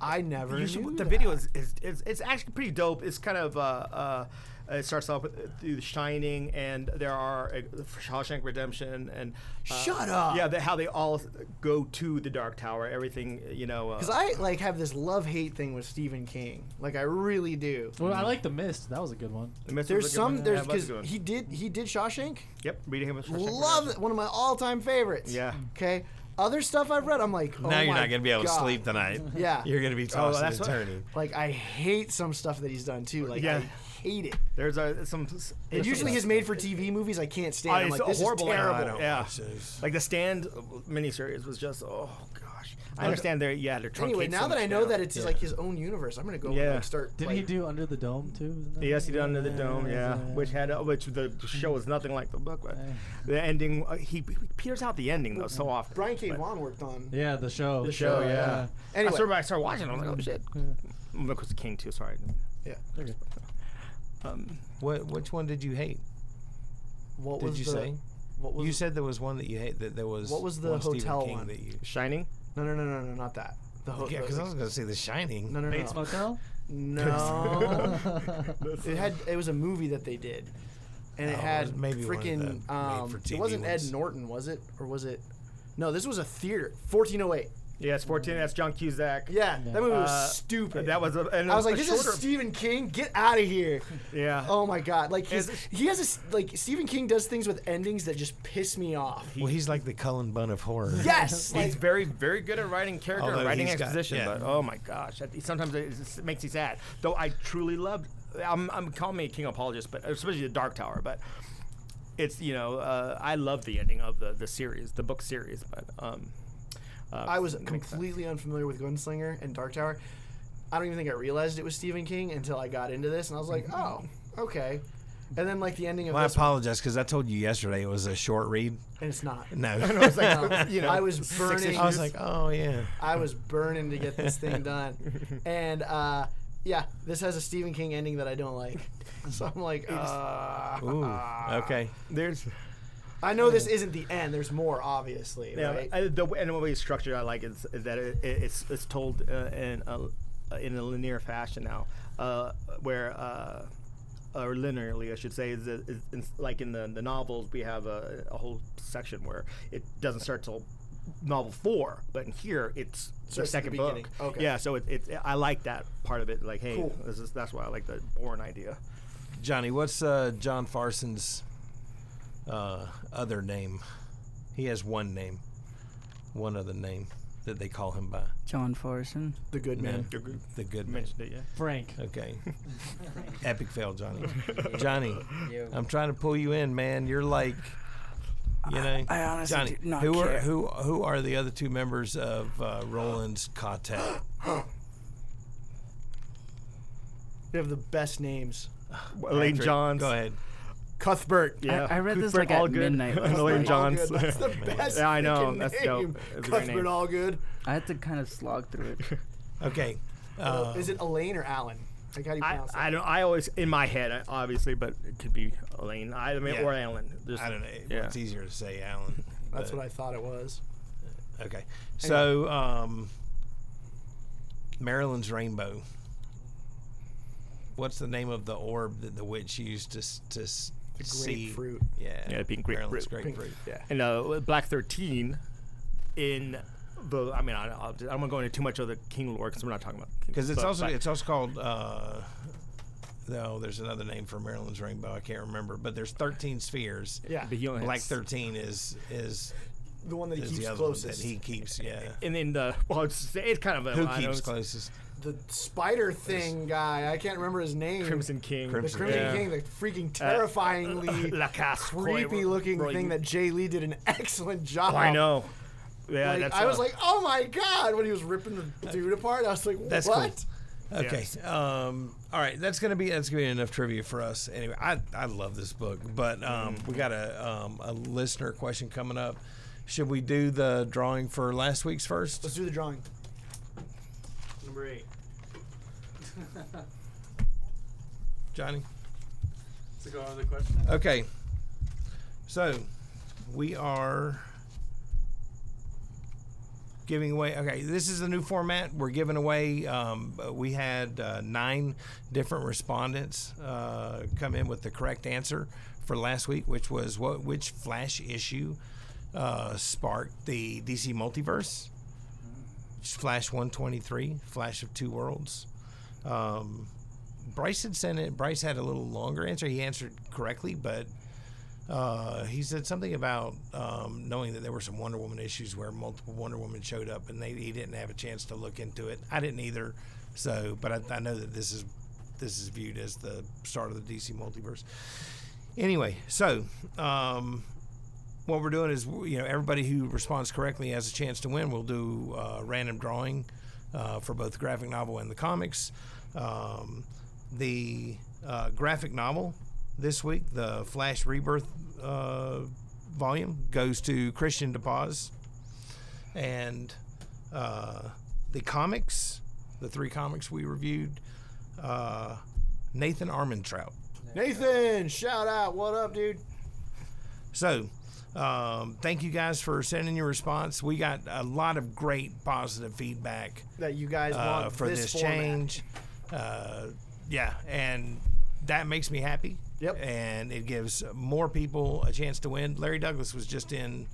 S2: I never
S3: You
S2: knew
S3: should- the
S2: that.
S3: video is, is, is it's actually pretty dope. It's kind of uh, uh, it starts off with uh, through The Shining, and there are uh, Shawshank Redemption, and uh,
S2: Shut up.
S3: Yeah, the, how they all go to the Dark Tower. Everything you know. Uh,
S2: Because I like have this love hate thing with Stephen King. Like I really do.
S8: Well, I like the mist. That was a good one.
S3: the Mist
S2: There's
S3: was a good one.
S2: some there's
S3: Yeah, that's a
S2: because
S3: good one.
S2: he did he did Shawshank.
S3: Yep, reading him. with Shawshank
S2: Love it.
S3: Redemption.
S2: One of my all time favorites.
S3: Yeah.
S2: Okay. Other stuff I've read, I'm like, oh
S4: Now you're
S2: my
S4: not gonna be able
S2: God.
S4: to sleep tonight.
S2: <laughs> Yeah.
S4: You're gonna be tossing
S3: that's
S4: and
S3: what-
S4: turning.
S2: Like I hate some stuff that he's done too. Like
S3: Yeah.
S2: I hate it.
S3: There's uh, some.
S2: And usually his made for TV movies I can't stand.
S3: Oh,
S2: I'm
S3: it's
S2: like, this
S3: horrible.
S2: is terrible.
S4: I don't
S3: Yeah.
S4: watch those.
S3: like the Stand miniseries was just oh gosh. I understand there. Yeah, they're
S2: Anyway,
S3: truncated
S2: now
S3: so
S2: that
S3: much
S2: I know
S3: down.
S2: that it's like his own universe, I'm gonna go
S3: Yeah.
S2: like start.
S8: Didn't he
S2: like,
S8: do Under the Dome too? Isn't that-
S3: Yes, he did under the
S8: Yeah,
S3: dome, yeah,
S8: yeah.
S3: which had uh, which the show is nothing like the book, but the ending uh, he, he peters out the ending though so often.
S2: Mm-hmm. Brian K.
S3: but-
S2: Vaughan worked on.
S8: Yeah, the show.
S2: The show, yeah. Anyway, Mm-hmm.
S3: I started, I started watching. it, I was like, oh shit. Look, it was King too. Sorry.
S2: yeah.
S8: Okay.
S3: Um,
S4: <laughs> What which one did you hate?
S2: What
S4: Did
S2: was
S4: you
S2: the-
S4: say?
S2: What was
S4: You said there was one that you hate. That there was.
S2: What was the
S4: one Stephen
S2: hotel
S4: King
S2: one?
S4: That you,
S3: Shining.
S2: no, no, no, no, no, not that. The ho-
S4: yeah,
S2: the-
S4: because I was going to say The Shining.
S2: no, no, no,
S8: Bates
S2: no.
S3: <laughs>
S8: Motel.
S2: <laughs>
S8: <laughs>
S2: No. it had. It was a movie that they did, and it
S4: Oh, it was
S2: had
S4: maybe one of the
S2: freaking. Um,
S4: made-for-TV
S2: it wasn't
S4: ones.
S2: Ed Norton, was it? Or was it? No, this was a theater. 1408.
S3: Yeah, it's 14. That's John Cusack.
S2: Yeah, that movie was
S3: Uh,
S2: stupid.
S3: That was a. And
S2: I was
S3: a
S2: like, this
S3: shorter,
S2: is Stephen King. Get out of here.
S3: Yeah.
S2: Oh my god! Like he's,
S3: Is-
S2: he has a s like Stephen King does things with endings that just piss me off.
S4: Well, he's like the Cullen Bunn of horror.
S2: Yes,
S3: He's
S2: like,
S3: very, very good at writing character,
S4: Although
S3: and writing
S4: he's got-
S3: exposition,
S4: yeah.
S3: but oh my gosh, that, sometimes it, it makes me sad. Though I truly loved, I'm, I'm calling me a King apologist, but especially the Dark Tower, but it's you know uh, I love the ending of the, the series, the book series, but um, uh,
S2: I was
S3: it makes sense.
S2: completely unfamiliar with Gunslinger and Dark Tower. I don't even think I realized it was Stephen King until I got into this, and I was like, oh,
S4: Mm-hmm.
S2: okay. And then like the ending of
S4: Well, I
S2: this, one-
S4: apologize because I told you yesterday it was a short read.
S2: and it's not.
S4: <laughs>
S2: <laughs>
S4: No.
S3: I was like,
S2: No.
S4: <laughs>
S3: you know,
S2: oh, I was
S3: six
S2: burning-
S3: issues.
S4: I was like, oh yeah.
S2: I was burning to get this
S4: <laughs>
S2: thing done, and uh, yeah, this has a Stephen King ending that I don't like. <laughs> So I'm like, uh,
S4: Ooh. Okay.
S3: there's
S2: I know this isn't the end. There's more, obviously.
S3: Yeah,
S2: right?
S3: I, the, and the way it's structured, I like is, is that it, it- it's it's told uh, in a, in a linear fashion now, uh, where uh, or linearly, I should say, is, is, is like in the, the novels we have a, a whole section where it doesn't start till novel four, but in here it's the
S2: it's the
S3: second
S2: beginning.
S3: book.
S2: Okay.
S3: Yeah, so it, it, I like that part of it. Like, hey,
S2: Cool.
S3: this is, that's why I like the born idea.
S4: Johnny, what's uh, John Farson's uh, other name? He has one name, one other name that they call him by.
S5: John Farson.
S2: the good man.
S4: Yeah, the good
S3: You
S4: man.
S3: mentioned it, yeah.
S8: Frank.
S2: <laughs>
S4: Okay. Epic fail, Johnny. Johnny,
S8: Um,
S4: I'm trying to pull you in, man. You're like, you know,
S5: I honestly
S4: Johnny.
S5: do not
S4: who are
S5: care.
S4: who who are the other two members of uh, Roland's quartet?
S2: They have the best names.
S3: Lane
S4: Patrick,
S3: Johns.
S4: Go ahead.
S2: Cuthbert.
S3: Yeah,
S5: I read this,
S3: Cuthbert
S5: like, at
S3: Allgood <laughs>
S5: midnight
S3: and
S5: last
S3: Lane
S2: Cuthbert
S3: Johns.
S2: Allgood, That's
S3: <laughs>
S2: the best.
S3: Yeah, I know.
S2: freaking
S3: That's
S2: name.
S3: dope. That's a great
S2: Cuthbert
S3: name.
S2: Allgood.
S5: I had to kind of slog through it.
S8: <laughs>
S4: Okay. Uh,
S2: Is it Elaine or Alan? Like how do you
S3: I,
S2: pronounce
S3: I
S2: it?
S3: don't. I always in my head, I- obviously, but it could be Elaine. I, I mean,
S4: Yeah.
S3: or Alan. Just-
S4: I don't know.
S3: Yeah.
S4: It's easier to say Alan.
S2: That's
S4: but-
S2: what I thought it was.
S4: Okay. So, um, Maryland's Rainbow. What's the name of the orb that the witch used to s- to s-
S2: The
S4: see?
S2: grapefruit.
S4: Yeah.
S3: Yeah, pink
S4: Maryland's
S3: grapefruit.
S2: Pink-
S4: grapefruit.
S2: Yeah.
S3: And uh, Black Thirteen, in the. I mean, I, I'll, I don't want to go into too much of the King lore because we're not talking about. King-
S4: Because it's
S3: but-
S4: also
S3: but-
S4: it's also called. Uh, no, there's another name for Maryland's Rainbow. I can't remember, but there's 13 spheres.
S2: Yeah.
S3: but he only
S4: Black
S3: has-
S4: 13 is is
S2: The one that he
S4: is the
S2: keeps
S4: other
S2: closest.
S4: one that he keeps. Yeah.
S3: And then the well, it's, it's kind of a
S4: Who
S3: I
S4: keeps
S3: don't-
S4: closest?
S2: the spider thing guy. I can't remember his name.
S3: Crimson King.
S2: The
S4: Crimson
S2: Crimson
S4: Yeah.
S2: King, the freaking
S3: Uh,
S2: terrifyingly
S3: <laughs> La Casse Croy-
S2: creepy looking
S3: Croy-
S2: thing that Jay Lee did an <laughs> excellent job.
S3: Oh, I know. Yeah,
S2: Like,
S3: that's.
S2: I was
S3: uh,
S2: like, oh my god, when he was ripping the dude apart, I was like,
S4: That's cool.
S2: what?
S4: Okay. Um, all right. That's gonna be that's gonna be enough trivia for us. Anyway, I, I love this book, but um, we got a um, a listener question coming up. Should we do the drawing for last week's first?
S2: Let's do the drawing.
S6: Number eight.
S4: Johnny.
S6: To go over the question.
S4: Okay. So we are giving away. Okay, this is the new format. We're giving away. Um, we had uh, nine different respondents uh, come in with the correct answer for last week, which was what which Flash issue uh, sparked the DC multiverse.
S6: Mm-hmm.
S4: Flash 123, Flash of Two Worlds. Um, Bryce had sent it. Bryce had a little longer answer. He answered correctly, but uh, he said something about um, knowing that there were some Wonder Woman issues where multiple Wonder Woman showed up, and they, he didn't have a chance to look into it. I didn't either. So, but I, I know that this is this is viewed as the start of the DC multiverse. Anyway, so um, what we're doing is you know everybody who responds correctly has a chance to win. We'll do uh, random drawing uh, for both the graphic novel and the comics. Um, the uh, graphic novel this week, the Flash Rebirth uh, volume, goes to Christian DePaz, and uh, the comics, the three comics we reviewed, uh, Nathan Armentrout.
S2: Nathan, shout out, what up, dude?
S4: So, Um, thank you guys for sending your response. We got a lot of great positive feedback
S2: that you guys
S4: uh,
S2: want
S4: for this,
S2: this, format.
S4: change. Uh, yeah, and that makes me happy.
S2: Yep.
S4: And it gives more people a chance to win. Larry Douglas was just in.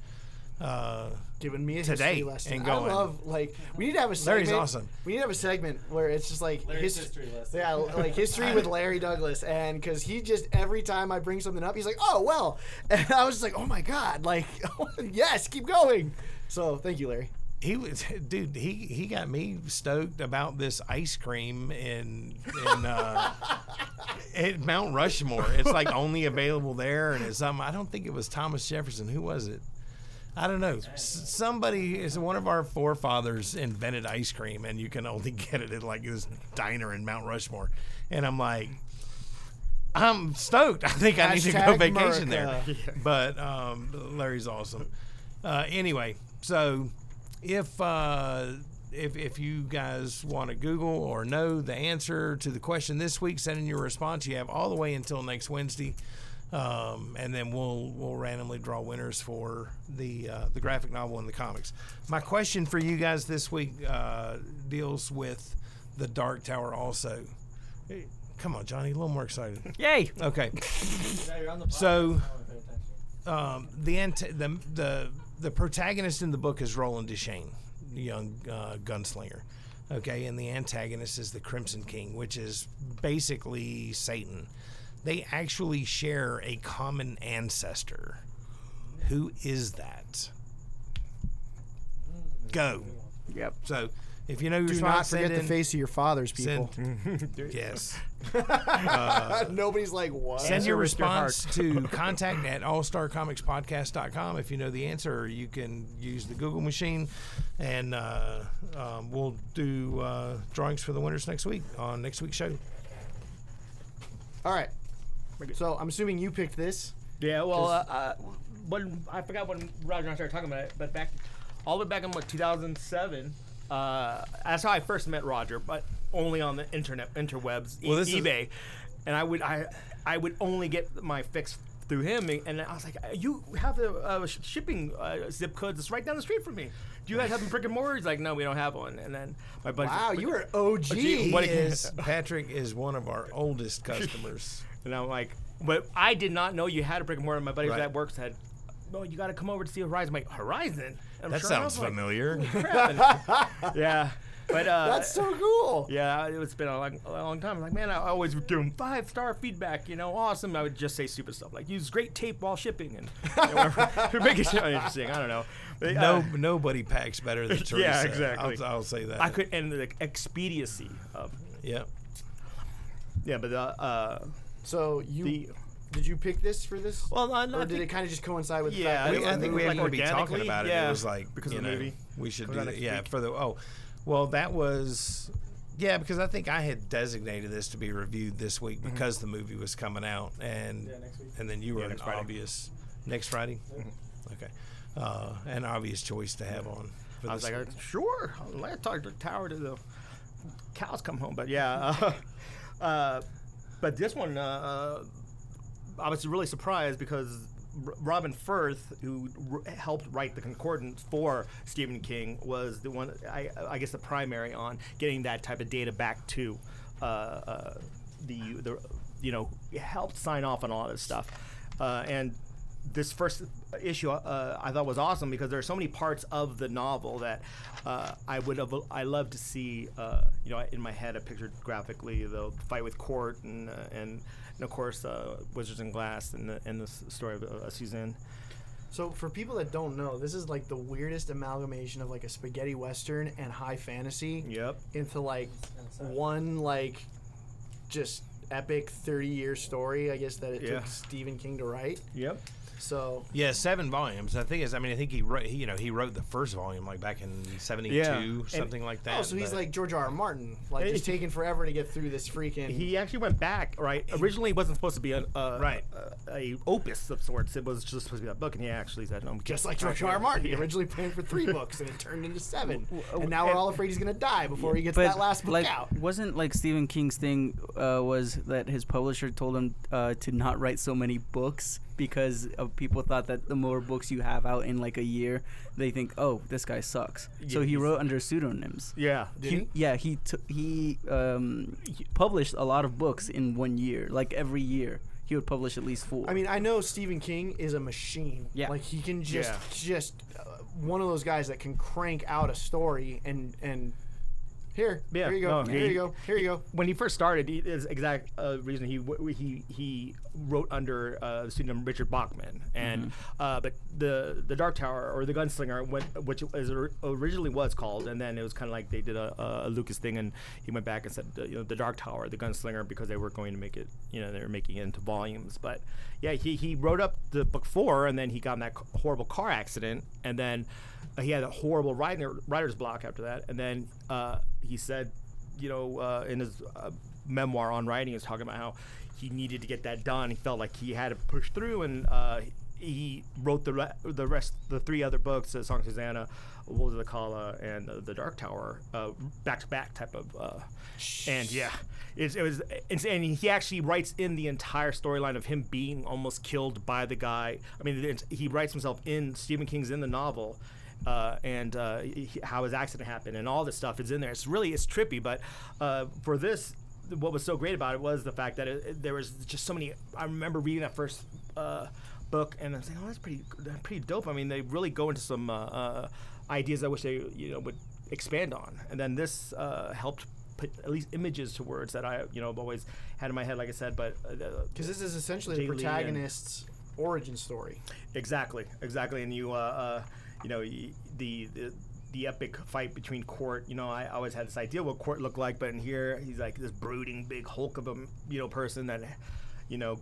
S4: Uh,
S2: giving me a
S4: Today
S2: history lesson.
S4: and going.
S2: I love like we need to have a segment.
S4: Larry's awesome.
S2: We need to have a segment where it's just like
S6: Larry's
S2: his-
S6: history lesson. <laughs>
S2: Yeah, like history with Larry Douglas, and because he just every time I bring something up, he's like, "Oh well," <laughs> and I was just like, "Oh my god!" Like, <laughs> yes, keep going. So thank you, Larry.
S4: he was, <laughs> dude. He he got me stoked about this ice cream in in uh, at Mount Rushmore. It's like only available there, and it's something. I don't think it was Thomas Jefferson. Who was it? I don't know. S- somebody is one of our forefathers invented ice cream, and you can only <laughs> get it at like this diner in Mount Rushmore. And I'm like, I'm stoked. I think I need to go
S2: Hashtag
S4: vacation
S2: America.
S4: there. <laughs> But um, Larry's awesome. Uh, anyway, so if uh, if if you guys want to Google or know the answer to the question this week, send in your response. You have all the way until next Wednesday, um, and then we'll we'll randomly draw winners for the uh, the graphic novel and the comics. My question for you guys this week uh, deals with the Dark Tower. Also, Hey, come on, Johnny, a little more excited.
S5: Yay!
S4: Okay. So, um, the, ant- the the the protagonist in the book is Roland Deschain, the young uh, gunslinger. Okay, and the antagonist is the Crimson King, which is basically Satan. They actually share a common ancestor. Who is that? Go.
S5: Yep.
S4: So, if you know your
S2: Do not
S4: response,
S2: forget
S4: send
S2: the
S4: in-
S2: face of your fathers, people.
S4: send- yes.
S2: <laughs> Nobody's like what.
S4: Send your
S3: with your heart.
S4: response to contact at allstarcomicspodcast.com if you know the answer, or you can use the Google machine, and uh, um, we'll do uh, drawings for the winners next week on next week's show.
S2: All right. So I'm assuming you picked this.
S3: Yeah, well, uh, uh, when I forgot when Roger and I started talking about it, but back all the way back in what 2007, uh, that's how I first met Roger, but only on the internet, interwebs, e-
S4: Well, this is-
S3: eBay, and I would I I would only get my fix through him, and- and I was like, you have the uh, sh- shipping uh, zip codes that's right down the street from me. Do you guys have them brick and mortar? He's like, no, we don't have one. And then my buddy,
S2: Wow, you are OG.
S3: Gee,
S4: He
S3: what-
S4: is Patrick is one of our oldest
S3: <laughs>
S4: customers.
S3: And I'm like, but I did not know you had a brick and mortar. My buddies
S4: Right.
S3: at work said, no, you got to come over to see Horizon. I'm like, Horizon? I'm
S4: that
S3: sure
S4: sounds
S3: enough, like,
S4: familiar.
S3: crap. And- <laughs> yeah. But uh,
S2: That's so cool.
S3: yeah, it's been a long, a long time. Like, man, I always would give them five star feedback. You know, awesome. I would just say stupid stuff like use great tape while shipping and you know,
S4: <laughs>
S3: whatever. <laughs> make it sound interesting. I don't know. But,
S4: no,
S3: uh,
S4: nobody packs better than Teresa.
S3: <laughs> Yeah, exactly.
S4: I'll, I'll say that.
S3: I could and the expediency of
S4: Yeah.
S3: yeah, but uh, uh
S2: So you
S3: The-
S2: did you pick this for this?
S3: well, I,
S2: or
S3: I
S2: did it
S3: think-
S2: kind of just coincide with?
S3: Yeah,
S2: the fact
S4: We-
S2: that
S4: I think we
S3: Like
S4: had to be talking
S3: organically?
S4: about it.
S3: Yeah.
S4: It was like
S3: Because
S4: you
S3: of the
S4: know,
S3: movie.
S4: We should
S3: Comes
S4: do
S3: out
S4: that.
S3: next
S4: Yeah,
S3: week.
S4: for the oh, well that was yeah because I think I had designated this to be reviewed this week
S3: Mm-hmm.
S4: because the movie was coming out and
S6: Yeah, next week.
S4: and then you were an
S3: next Friday. Mm-hmm.
S4: obvious next Friday. Okay, uh, an obvious choice to have on. For
S3: I was
S4: this
S3: like,
S4: week.
S3: sure. Let's talk to the tower to the cows come home. But yeah, <laughs> uh, uh, but this one, uh, uh, I was really surprised because R- Robin Firth, who r- helped write the concordance for Stephen King, was the one I, I guess the primary on getting that type of data back to uh, uh, the the you know helped sign off on a lot of this stuff, uh, and this first issue uh, I thought was awesome because there are so many parts of the novel that uh, I would have I love to see uh, you know in my head I pictured graphically the fight with court and uh, and, and of course uh, Wizards and Glass and the, and the s- story of uh, Suzanne
S2: So for people that don't know, this is like the weirdest amalgamation of like a spaghetti western and high fantasy
S3: yep
S2: into like one like just epic 30 year story, I guess that it
S3: Yeah.
S2: took Stephen King to write.
S3: yep
S2: So
S4: yeah, seven volumes. I think is. I mean, I think he wrote. He, you know, he wrote the first volume like back in '72,
S3: And-
S4: something like that.
S2: Oh, so he's
S4: but-
S2: like George R. R. Martin, like
S3: Hey.
S2: just taking forever to get through this freaking
S3: he actually went back right originally it wasn't supposed to be a, a
S4: Right.
S3: a, a opus of sorts it was just supposed to be a book and he actually said no we
S2: just
S3: can't
S2: like George R. R. Martin, he originally planned for three books and it turned into seven, and now we're all afraid he's gonna die before he gets
S5: But
S2: that last book
S5: like,
S2: out.
S5: wasn't like Stephen King's thing uh, was that his publisher told him uh, to not write so many books, because of people thought that the more books you have out in like a year, they think, oh, this guy sucks. so he
S3: Yes.
S5: wrote under pseudonyms.
S3: Yeah.
S5: He, yeah, he t- he um, he published a lot of books in one year. Like every year, he would publish at least four.
S2: I mean, I know Stephen King is a machine.
S5: Yeah.
S2: like he can just
S3: Yeah.
S2: just uh, one of those guys that can crank out a story and and here,
S3: Yeah,
S2: here you go,
S3: no,
S2: here
S3: he-
S2: you go, here you go.
S3: when he first started, he, his exact uh, reason he w- he he wrote under uh, the pseudonym Richard Bachman, and uh, but the the Dark Tower or the Gunslinger, went, which is or- originally was called, and then it was kind of like they did a, a Lucas thing, and he went back and said uh, you know the Dark Tower, the Gunslinger, because they were going to make it, you know, they were making it into volumes. But yeah, he he wrote up the book four, and then he got in that c- horrible car accident, and then uh, he had a horrible writer, writer's block after that, and then uh, he said you know, uh, in his uh, memoir on writing, he was talking about how he needed to get that done. He felt like he had to push through, and uh, he wrote the re- the rest, the three other books, uh, Song of Susanna, Wolves of the Kala, and uh, The Dark Tower, uh, back to back type of. Uh, and yeah, it's, it was, it's, and he actually writes in the entire storyline of him being almost killed by the guy. I mean, it's, he writes himself in Stephen King's in the novel uh, and uh, he, how his accident happened and all this stuff is in there. It's really it's trippy, but uh, for this, what was so great about it was the fact that it, it- there was just so many. I remember reading that first uh, book and I'm saying, oh, that's pretty that's pretty dope. I mean, they really go into some uh, uh, ideas I wish they you know would expand on, and then this uh, helped. Put at least images to words that I, you know, have always had in my head, like I said. But uh,
S2: Because
S3: because
S2: this is essentially the
S3: Jay Lee and-
S2: protagonist's origin story.
S3: Exactly, exactly. And you, uh, uh, you know, y- the, the the epic fight between Court. You know, I always had this idea what Court looked like, but in here he's like this brooding big hulk of a m- you know person that, you know,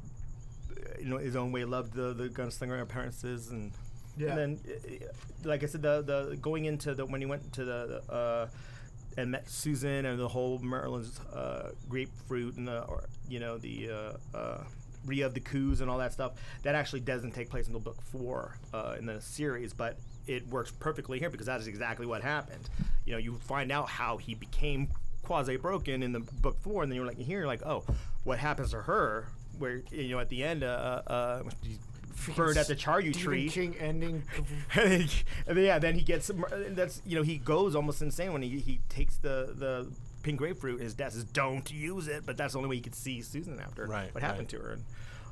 S3: you know his own way loved the the gunslinger appearances and.
S2: Yeah.
S3: And then, uh, uh, like I said, the the going into the when he went to the uh, and met Susan and the whole Maryland's uh, grapefruit and the or, you know the uh, uh, Rhea of the Coups and all that stuff. That actually doesn't take place until book four uh, in the series, but it works perfectly here because that is exactly what happened. You know, you find out how he became quasi broken in the book four, and then you're like here, you're like oh, what happens to her? Where you know at the end, uh, uh, uh, bird at the charyu
S2: Stephen
S3: tree
S2: King ending.
S3: <laughs> and then, he- and then, yeah, then he gets some- and that's you know he goes almost insane when he, he takes the the pink grapefruit. His dad says, "Don't use it," but that's the only way he could see Susan after
S4: Right,
S3: what happened
S4: right.
S3: to her. And,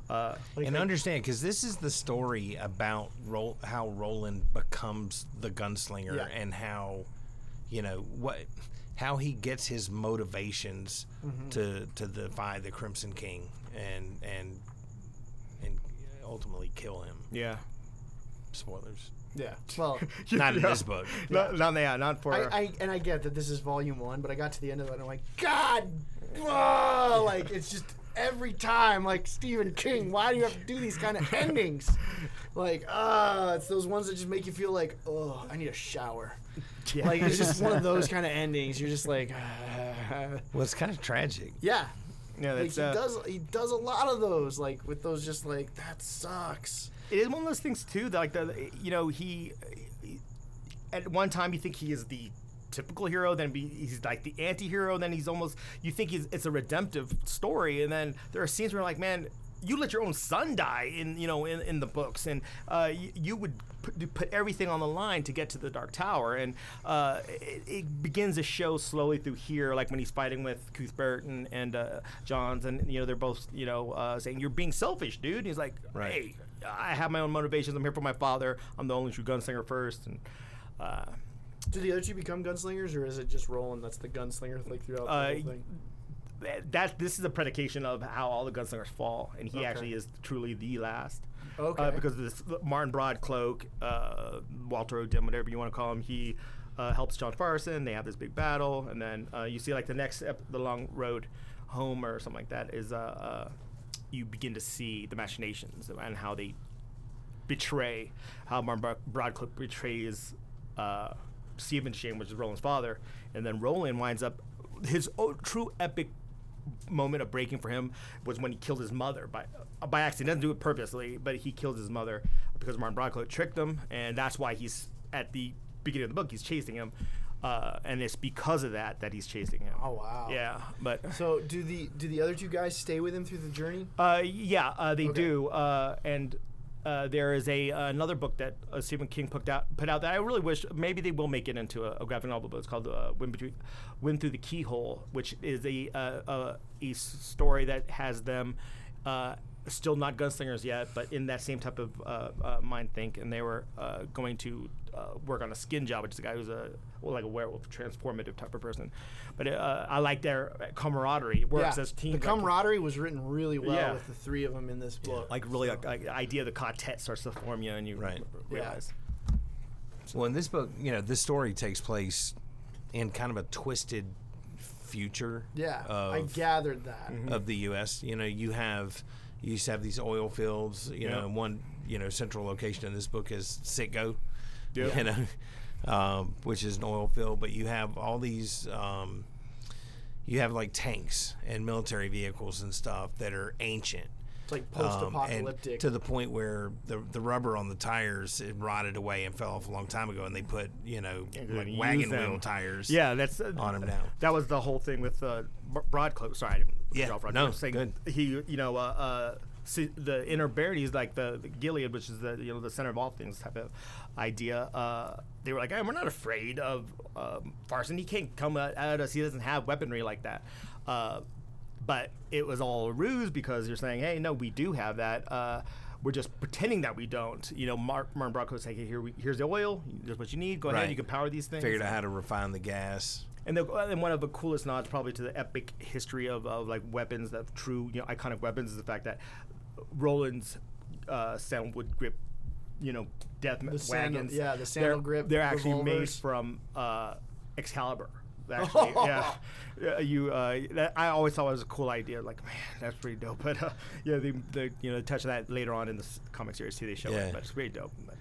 S3: uh,
S4: and understand because this is the story about Ro- how Roland becomes the gunslinger
S2: Yeah.
S4: and how you know what how he gets his motivations to to defy the Crimson King and and and ultimately kill him.
S3: yeah,
S4: Spoilers.
S2: yeah.
S3: <laughs>
S2: Well,
S4: Not in this book.
S3: not not, yeah, not for.
S2: I, I and I get that this is volume one, but I got to the end of it and I'm like, God,
S3: <laughs>
S2: whoa! like it's just every time like Stephen King. Why do you have to do these kind
S3: <laughs>
S2: of endings? Like, ah, it's those ones that just make you feel like, oh, I need a shower.
S3: Yeah.
S2: Like it's just one of
S3: <laughs>
S2: those kind of endings. You're just like, <laughs> ah.
S4: Well, it's kind of tragic.
S2: yeah.
S3: yeah,
S2: Like,
S3: that's,
S2: he
S3: uh,
S2: does he does a lot of those like with those just like that sucks.
S3: it is one of those things too that like the you know he at one time you think he is the typical hero then be, he's like the anti-hero then he's almost you think he's, it's a redemptive story and then there are scenes where like man you let your own son die in you know in, in the books and uh, you, you would put, put everything on the line to get to the dark tower and uh, it, it begins to show slowly through here like when he's fighting with cuthbert and, and uh, johns and you know they're both you know uh, saying you're being selfish dude and he's like
S4: Right.
S3: hey I have my own motivations. I'm here for my father. I'm the only true gunslinger first, and uh,
S2: Do the other two become gunslingers or is it just Roland that's the gunslinger like throughout the
S3: Uh,
S2: whole thing?
S3: that, that this is a predication of how all the gunslingers fall, and he
S2: Okay.
S3: actually is truly the last.
S2: Okay.
S3: Uh, because this Martin Broadcloak, uh, Walter Odin, whatever you want to call him, he uh, helps John Farson. They have this big battle, and then uh, you see like the next ep- the long road home or something like that is uh, uh, you begin to see the machinations and how they betray how Martin Bro- Broadcliff betrays uh, Stephen Shane, which is Roland's father, and then Roland winds up his o- true epic moment of breaking for him was when he killed his mother by uh, by accident. Doesn't do it purposely, but he killed his mother because Martin Broadcliff tricked him, and that's why he's at the beginning of the book. He's chasing him, uh, and it's because of that that he's chasing him.
S2: Oh, wow.
S3: Yeah, but
S2: So do the do the other two guys stay with him through the journey?
S3: Uh, yeah, uh, they
S2: Okay.
S3: do, uh, and uh, there is a uh, another book that uh, Stephen King put out put out that I really wish maybe they will make it into a, a graphic novel, but it's called uh, Wind Between Wind Through the Keyhole, which is a uh, uh, a s- story that has them. Uh, Still not gunslingers yet, but in that same type of uh, uh, mind think, and they were uh, going to uh, work on a skin job, which is a guy who's a well, like a werewolf, transformative type of person. But uh, I like their camaraderie. It Works as team
S2: the camaraderie was written really well
S3: Yeah.
S2: with the three of them in this book.
S3: like really like, like the idea of the quartet starts to form you and you
S4: Right.
S3: realize
S4: Well, in this book, you know, this story takes place in kind of a twisted future.
S2: yeah, I
S4: Of,
S2: gathered that.
S3: mm-hmm.
S4: of the U.S. You know, you have you used to have these oil fields. You know,
S3: Yeah.
S4: and one you know central location in this book is Sitgo. You know, <laughs> um, which is an oil field, but you have all these. Um, you have like tanks and military vehicles and stuff that are ancient.
S2: It's like
S4: Um, and
S2: post-apocalyptic.
S4: to the point where the the rubber on the tires it rotted away and fell off a long time ago, and they put you know
S3: they're
S4: like
S3: gonna
S4: wagon
S3: use them.
S4: wheel tires.
S3: yeah that's uh,
S4: On 'em now.
S3: that was the whole thing with uh, B- broadcloak sorry I didn't cut
S4: Yeah,
S3: you off, Roger.
S4: no,
S3: I was saying
S4: good.
S3: he you know uh, uh, si- the inner barony is like the, the Gilead which is the you know the center of all things type of idea uh, they were like hey, we're not afraid of um, Farson he can't come at at us he doesn't have weaponry like that uh, but it was all a ruse because you're saying hey no we do have that uh, we're just pretending that we don't. You know, Mar- Martin Brockho's saying, hey, here we, here's the oil. Here's what you need. Go ahead.
S4: Right.
S3: You can power these things.
S4: Figured out how to refine the gas.
S3: And, the, and one of the coolest nods probably to the epic history of, of like weapons, the true you know, iconic weapons, is the fact that Roland's uh, sandwood grip, you know, death ma-
S2: The sandal-
S3: wagons.
S2: yeah, the
S3: they're-
S2: sandal grip
S3: They're actually made
S2: revolvers.
S3: from uh, Excalibur.
S2: <laughs>
S3: Actually, yeah, Yeah, you. Uh, that, I always thought it was a cool idea. Like, man, that's pretty dope. <laughs> But uh, yeah, the, the you know touch on that later on in the s- comic series too. They show
S4: Yeah.
S3: it, but it's pretty dope. But-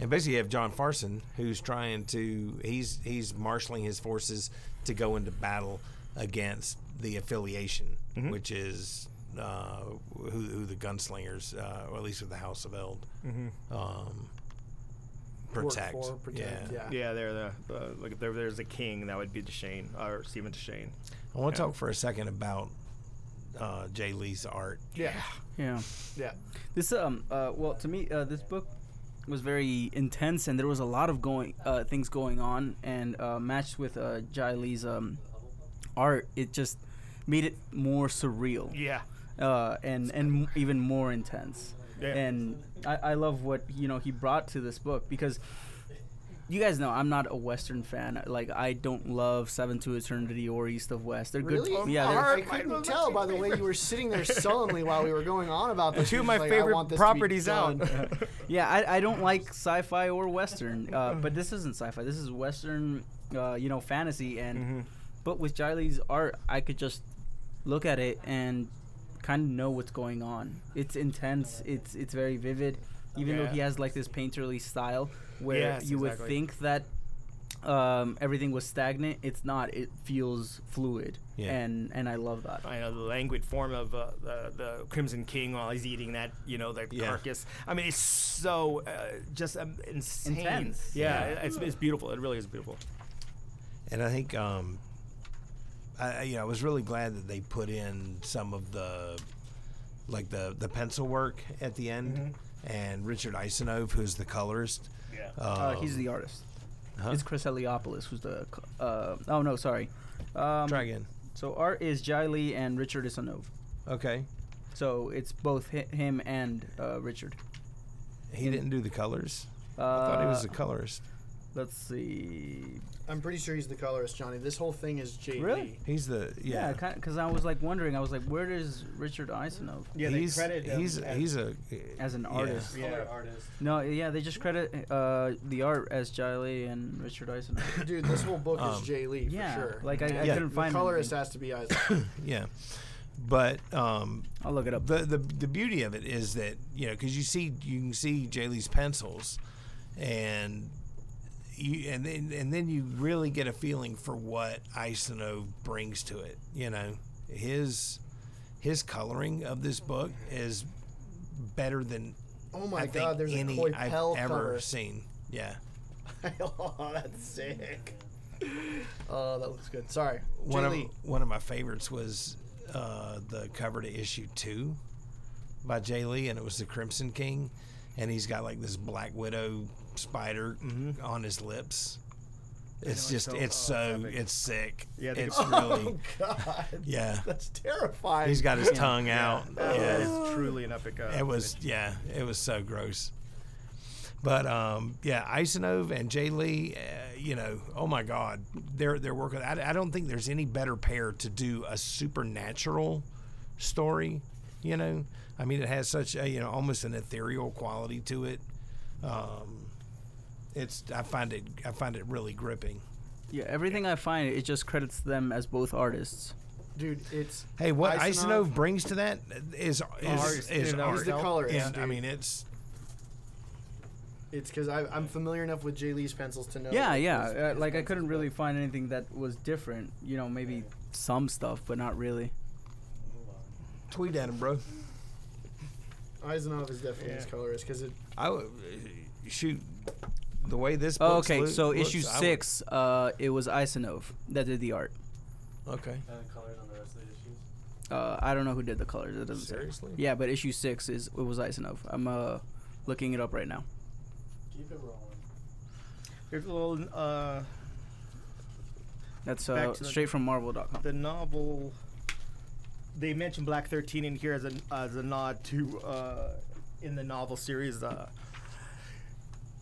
S4: And basically, you have John Farson, who's trying to he's he's marshaling his forces to go into battle against the affiliation,
S2: Mm-hmm.
S4: which is uh, who, who the gunslingers, uh, or at least with the House of Eld, um,
S2: Mm-hmm. Work
S4: protect.
S2: for, protect, yeah.
S3: Yeah, they're the, the like if there, there's a king that would be Deshane or Stephen Deshane.
S4: I want to talk for a second about uh, Jay Lee's art.
S2: yeah,
S5: Yeah.
S2: yeah.
S5: This um uh well to me uh, this book was very intense and there was a lot of going uh, things going on and uh, matched with uh, Jai Lee's um art it just made it more surreal
S3: Yeah,
S5: uh, and and m- even more intense.
S3: Yeah.
S5: And I, I love what you know he brought to this book because you guys know I'm not a Western fan. Like I don't love Seven to Eternity or East of West. They're
S2: Really?
S5: good. Yeah, they're,
S2: I, I couldn't tell by the way you were sitting
S5: <laughs>
S2: there sullenly while we were going on about this.
S3: two
S2: You're
S3: of my
S2: just like, I want
S3: favorite
S2: this to be
S3: properties out.
S2: done.
S3: <laughs>
S2: <laughs>
S5: yeah. I, I don't like sci-fi or Western. Uh, but this isn't sci-fi. This is Western. Uh, you know, fantasy and.
S3: Mm-hmm.
S5: But with Jiley's art, I could just look at it and kind of know what's going on. It's intense. It's it's very vivid, even though
S3: Yeah.
S5: he has like this painterly style where
S3: Yes,
S5: you would
S3: exactly.
S5: think that um, everything was stagnant. It's not. It feels fluid,
S4: Yeah.
S5: and and I love that.
S3: I know the languid form of uh, the, the Crimson King while he's eating that, you know, the
S4: Yeah.
S3: carcass. I mean, it's so uh, just um, insane.
S5: Intense.
S3: Yeah, It's, it's beautiful. It really is beautiful.
S4: And I think, um, I, I- you know, I was really glad that they put in some of the, like the the pencil work at the end,
S5: Mm-hmm.
S4: and Richard Isenove, who's the colorist.
S3: Yeah.
S5: Uh,
S4: um,
S5: he's the artist. It's Chris Eliopoulos, who's the co- uh, oh no, sorry. Um,
S4: try again.
S5: so art is Jiley and Richard Isanov.
S4: Okay,
S5: So it's both hi- him and uh, Richard.
S4: he didn't do the colors.
S5: Mm-hmm. Uh,
S4: I thought he was the colorist.
S5: Let's see.
S2: I'm pretty sure he's the colorist, Johnny. This whole thing is JD.
S5: Really?
S4: He's the yeah.
S5: Yeah, because I was like wondering. I was like, where does Richard Isenov
S3: Yeah,
S4: he's he's he's a
S5: as an
S4: yeah.
S5: artist?
S6: Color artist.
S5: No, yeah, they just credit uh, the art as Jiley and Richard Isenov.
S2: Dude, this whole book
S4: Um,
S2: is Jay Lee for
S5: yeah,
S2: sure.
S5: like, I- I
S4: Yeah.
S5: couldn't
S2: the
S5: find
S2: colorist
S5: anything.
S2: has to be Isaac.
S4: yeah. But um,
S5: I'll look it up.
S4: the, the the beauty of it is that you know because you see you can see Jaylee's pencils, and you and then and then you really get a feeling for what Isono brings to it. You know his his coloring of this book is better than
S2: Oh my
S4: I think
S2: God! There's a
S4: any
S2: Coy
S4: I've
S2: Pell
S4: ever
S2: cover.
S4: seen. Yeah.
S2: <laughs> oh, that's sick. Oh, that looks good. Sorry,
S4: one
S2: Jay
S4: of
S2: Lee.
S4: one of my favorites was uh, the cover to issue two by Jay Lee, and it was the Crimson King, and he's got like this black widow spider on his lips. It's
S3: know,
S4: just
S3: Mm-hmm. so-
S4: it's
S3: oh,
S4: so
S3: epic.
S4: it's sick.
S3: Yeah, I think
S4: it's
S3: <laughs> it's-
S2: Oh,
S4: really
S2: God,
S4: yeah.
S2: that's terrifying.
S4: He's got his tongue out.
S3: Yeah, Oh,
S4: yeah.
S3: it's truly an epic. Uh,
S4: It was yeah, it was so gross. But um, yeah, Isenov and Jay Lee, uh, you know, oh my God, they're they're working. I, I don't think there's any better pair to do a supernatural story. You know, I mean, it has such a you know almost an ethereal quality to it. Um, it's I find it I find it really gripping.
S5: Yeah, everything I find, it just credits them as both artists.
S2: dude. It's
S4: Hey, what
S2: Eisenov-
S4: Isenov brings to that is is
S3: Artist,
S4: is
S3: you know,
S4: art.
S2: he's the colorist.
S4: And, I
S2: dude.
S4: mean, it's
S2: it's because I'm familiar enough with Jay Lee's pencils to know.
S5: yeah,
S2: that
S5: yeah.
S2: his-
S5: Uh,
S2: his
S5: like I
S2: pencils,
S5: couldn't
S2: but-
S5: really find anything that was different. You know, maybe some stuff, but not really.
S4: tweet at him, bro.
S2: Eisenhower is definitely his
S3: Yeah.
S2: colorist because it.
S4: I would uh, shoot the way this.
S5: Oh,
S4: book's
S5: okay,
S4: loo-
S5: so
S4: looks,
S5: issue
S4: I would-
S5: six, uh, it was Isenov that did the art.
S4: okay.
S8: And the colors on the rest of the issues.
S5: Uh, I don't know who did the colors. It doesn't say.
S4: Seriously.
S5: Yeah, but issue six is it was Isenov. I'm uh, looking it up right now.
S8: Keep it rolling.
S3: There's a little. Uh,
S5: That's
S3: Back
S5: uh,
S3: to the-
S5: straight from Marvel.com.
S3: the novel. They mentioned Black Thirteen in here as a as a nod to uh, in the novel series. Uh,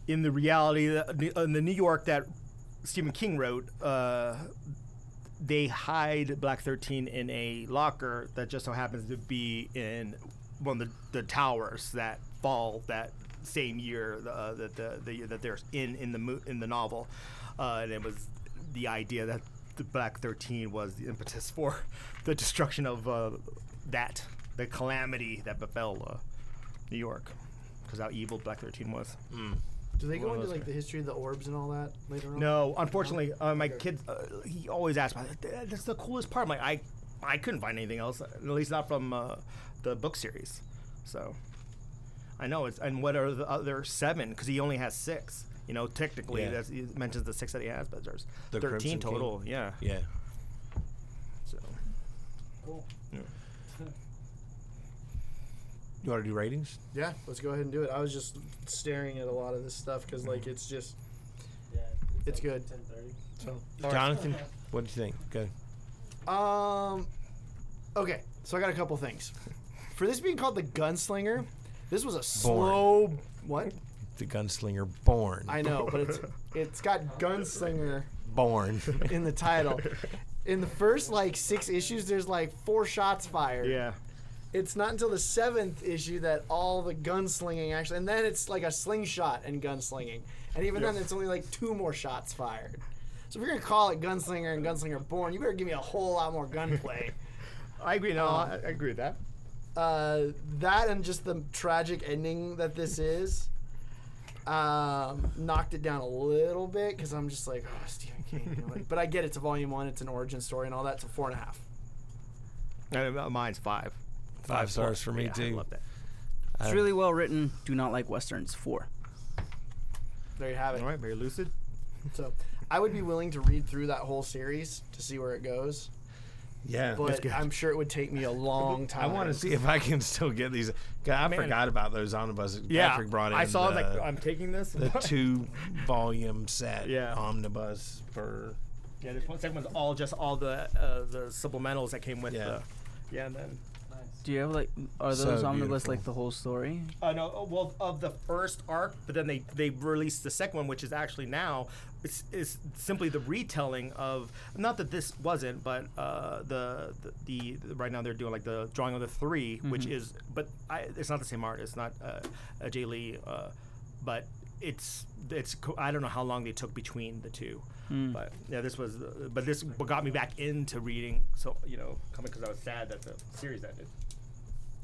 S3: in the reality, that- in the New York that Stephen King wrote, uh, they hide Black Thirteen in a locker that just so happens to be in one of the, the towers that fall that same year uh, that the, the year that they're in in the mo- in the novel, uh, and it was the idea that the Black Thirteen was the impetus <laughs> for the destruction of uh, that the calamity that befell uh, New York because how evil Black Thirteen was.
S2: Do they go
S3: One of
S2: into
S3: those
S2: like the history of the orbs and all that later on?
S3: No, unfortunately, uh, my
S2: Okay.
S3: kid, uh, he always asked me, "Dad, that's the coolest part. I'm like, I, I couldn't find anything else, at least not from uh, the book series. So, I know it's, and what are the other seven? Because he only has six. You know, technically,
S4: Yeah.
S3: that's, he mentions the six that he has, but there's
S4: The
S3: 13
S4: Crimson King.
S3: total. Yeah.
S4: Yeah.
S3: So,
S8: Cool.
S3: Yeah.
S4: You want to do ratings?
S2: Yeah, let's go ahead and do it. I was just staring at a lot of this stuff because like it's just
S8: Yeah.
S2: It's good.
S8: Ten thirty.
S2: so.
S4: Jonathan, what do you think? Go.
S2: Um. Okay, so I got a couple things. For this being called the Gunslinger, this was a slow. What?
S4: The gunslinger born.
S2: I know, but it's it's got Gunslinger
S4: born.
S2: <laughs> in the title. In the first like six issues, there's like four shots fired.
S3: yeah.
S2: It's not until the seventh issue that all the gunslinging actually, and then it's like a slingshot and gunslinging, and even then it's only like two more shots fired. So if you're gonna call it gunslinger and gunslinger born, you better give me a whole lot more gunplay.
S3: I agree.
S4: Oh.
S3: No, I, I agree with that.
S2: uh, that and just the tragic ending that this is um, knocked it down a little bit because I'm just like, oh, Stephen King. you know, like- but I get it's a volume one, it's an origin story and all that. It's a four and a half.
S3: Uh, mine's five.
S4: Five stars for me
S3: Yeah, I
S4: too.
S3: love that.
S5: It's really well written. Do not like westerns. Four.
S2: There you have it.
S3: All right, very lucid.
S2: So I would be willing to read through that whole series to see where it goes,
S4: Yeah.
S2: but I'm sure it would take me a long time.
S4: I want to see if I can still get these. God, I
S3: Man.
S4: forgot about those omnibuses. Patrick brought in
S3: I saw
S4: the,
S3: like
S2: uh,
S3: I'm taking this.
S2: <laughs>
S4: the
S3: <laughs>
S4: two volume set
S3: Yeah.
S4: omnibus for.
S3: Yeah, this one, second one's all just all the uh, the supplementals that came with.
S4: Yeah.
S3: The, yeah, and then
S8: Nice.
S5: Do you have like are
S4: So
S5: those omnibus
S4: beautiful.
S5: like the whole story?
S3: uh, no, oh, well, of the first arc, but then they they released the second one, which is actually now it's, it's simply the retelling of not that this wasn't, but uh, the, the the right now they're doing like the drawing of the 3 which is but I, it's not the same artist, not uh, uh, Jay Lee, uh, but it's it's co- I don't know how long they took between the two. But yeah, this was, uh, but this got me back into reading. So you know, coming because I was sad that the series ended.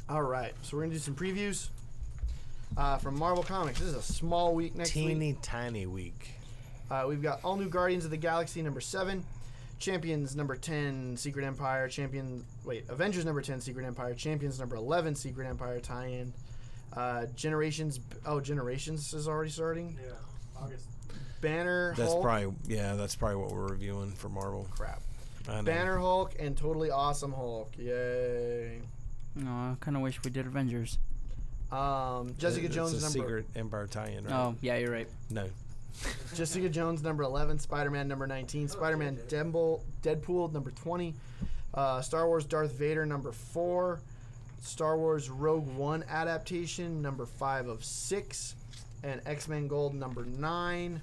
S2: All right, so we're gonna do some previews uh, from Marvel Comics. This is a small week next week.
S4: Teeny tiny week.
S2: Uh, we've got all new Guardians of the Galaxy number seven, Champions number ten, Secret Empire, Champion wait Avengers number ten, Secret Empire, Champions number eleven, Secret Empire tie-in, uh, Generations oh Generations is already starting,
S6: Yeah.
S8: August.
S2: Banner
S4: That's
S2: Hulk
S4: probably yeah. That's probably what we're reviewing for Marvel.
S2: crap,
S4: I know.
S2: Banner Hulk and Totally Awesome Hulk, yay!
S5: No, I kind of wish we did Avengers.
S2: Um, Jessica
S4: It's
S2: Jones
S4: a
S2: number
S4: secret Empire tie-in. Right?
S5: Oh, yeah, you're right.
S4: No.
S2: Jessica Jones, number 11. Spider Man, number 19.
S8: Oh,
S2: Spider Man Demble, Deadpool, number 20. Uh, Star Wars Darth Vader, number 4. Star Wars Rogue One adaptation, number 5 of 6. And X Men Gold, number 9.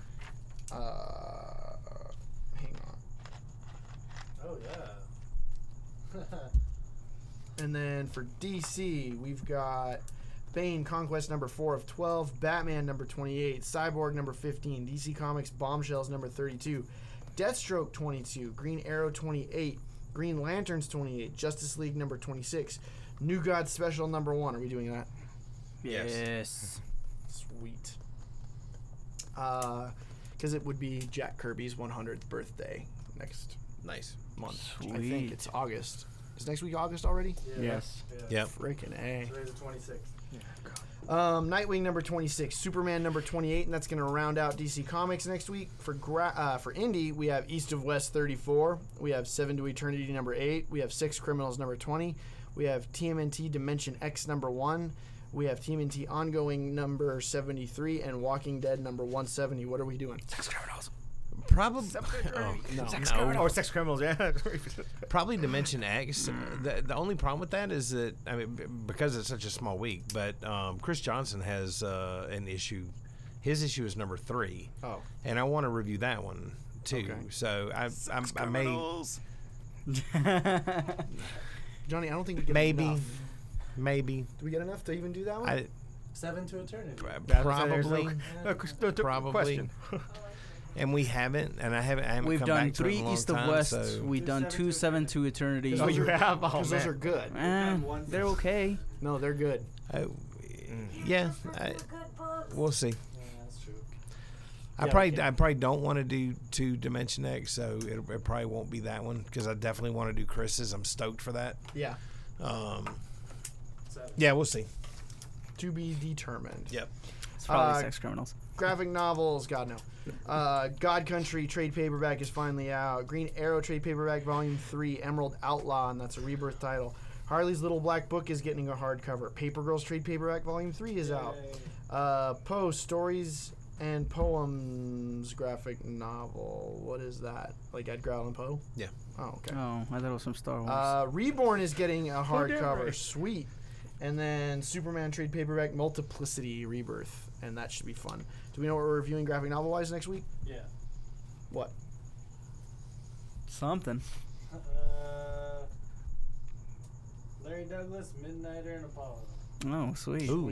S2: Uh, hang on.
S8: Oh yeah. <laughs>
S2: And then for DC, we've got Bane Conquest number 4 of 12, Batman number 28, Cyborg number 15, DC Comics Bombshells number 32, Deathstroke 22, Green Arrow 28, Green Lanterns 28, Justice League number 26, New God Special number 1. Are we doing that?
S4: Yes.
S5: Yes.
S2: Sweet. Because it would be Jack Kirby's 100th birthday next
S4: Nice.
S2: month. I think
S5: Sweet.
S2: it's August. Is next week August already?
S5: Yes.
S4: Yep.
S2: Freaking A.
S6: Today's the 26th.
S2: Um, Nightwing number 26, Superman number 28, and that's going to round out DC Comics next week. For gra- uh, for Indy, we have East of West 34, we have 7 to Eternity number 8, we have 6 Criminals number 20, we have TMNT Dimension X number 1, we have TMNT Ongoing number 73, and Walking Dead number 170. What are we doing?
S4: Probably. <laughs> Oh,
S2: No.
S3: Or sex criminals, yeah. <laughs>
S4: Probably Dimension X. The, the only problem with that is that I mean b- because it's such a small week, but um, Chris Johnson has uh, an issue. His issue is number three.
S2: Oh.
S4: and I want to review that one too.
S2: Okay.
S4: So I I, I may <laughs>
S2: Johnny, I don't think we get
S4: maybe
S2: enough.
S4: maybe
S2: Do we get enough to even do that one?
S4: I
S8: Seven to eternity.
S4: probably.
S3: probably.
S4: Probably. <laughs> and we haven't, and I haven't. I haven't
S5: We've
S4: come
S5: done
S4: back to it in
S5: three
S4: a long
S5: East of
S4: time,
S5: West.
S4: so-
S5: We've done
S8: seven
S5: two
S8: to
S5: seven to eternity.
S2: Oh,
S3: Oh, you
S2: you're-
S3: have? Oh,
S2: Because those
S3: man.
S2: are good.
S5: Eh,
S4: <laughs>
S6: one
S5: they're okay.
S2: No, they're good.
S4: I- Uh, yeah, I, we'll see.
S8: Yeah, that's true.
S4: I
S2: Yeah,
S4: probably
S2: okay.
S4: I probably don't want to do two Dimension X, so it, it probably won't be that one because I definitely want to do Chris's. I'm stoked for that.
S2: Yeah.
S4: Um,
S6: Seven.
S4: yeah, we'll see.
S2: To be determined.
S4: Yep.
S5: It's probably
S2: Uh,
S5: sex criminals.
S2: graphic novels. God no. Uh, God Country trade paperback is finally out. Green Arrow trade paperback volume three. Emerald Outlaw, and that's a rebirth title. Harley's Little Black Book is getting a hardcover. Paper Girls trade paperback volume three is out. Uh, Poe stories and poems graphic novel. What is that? Like Edgar Allan Poe?
S4: Yeah.
S2: Oh okay.
S5: Oh, I thought it was from Star Wars.
S2: Uh, Reborn is getting a
S3: damn
S2: hardcover.
S3: right.
S2: Sweet. And then Superman trade paperback Multiplicity Rebirth, and that should be fun. Do we know what we're reviewing graphic novel wise next week?
S6: Yeah.
S2: What?
S5: Something.
S6: Uh, Larry Douglas, Midnighter, and Apollo.
S5: Oh, sweet.
S4: Ooh,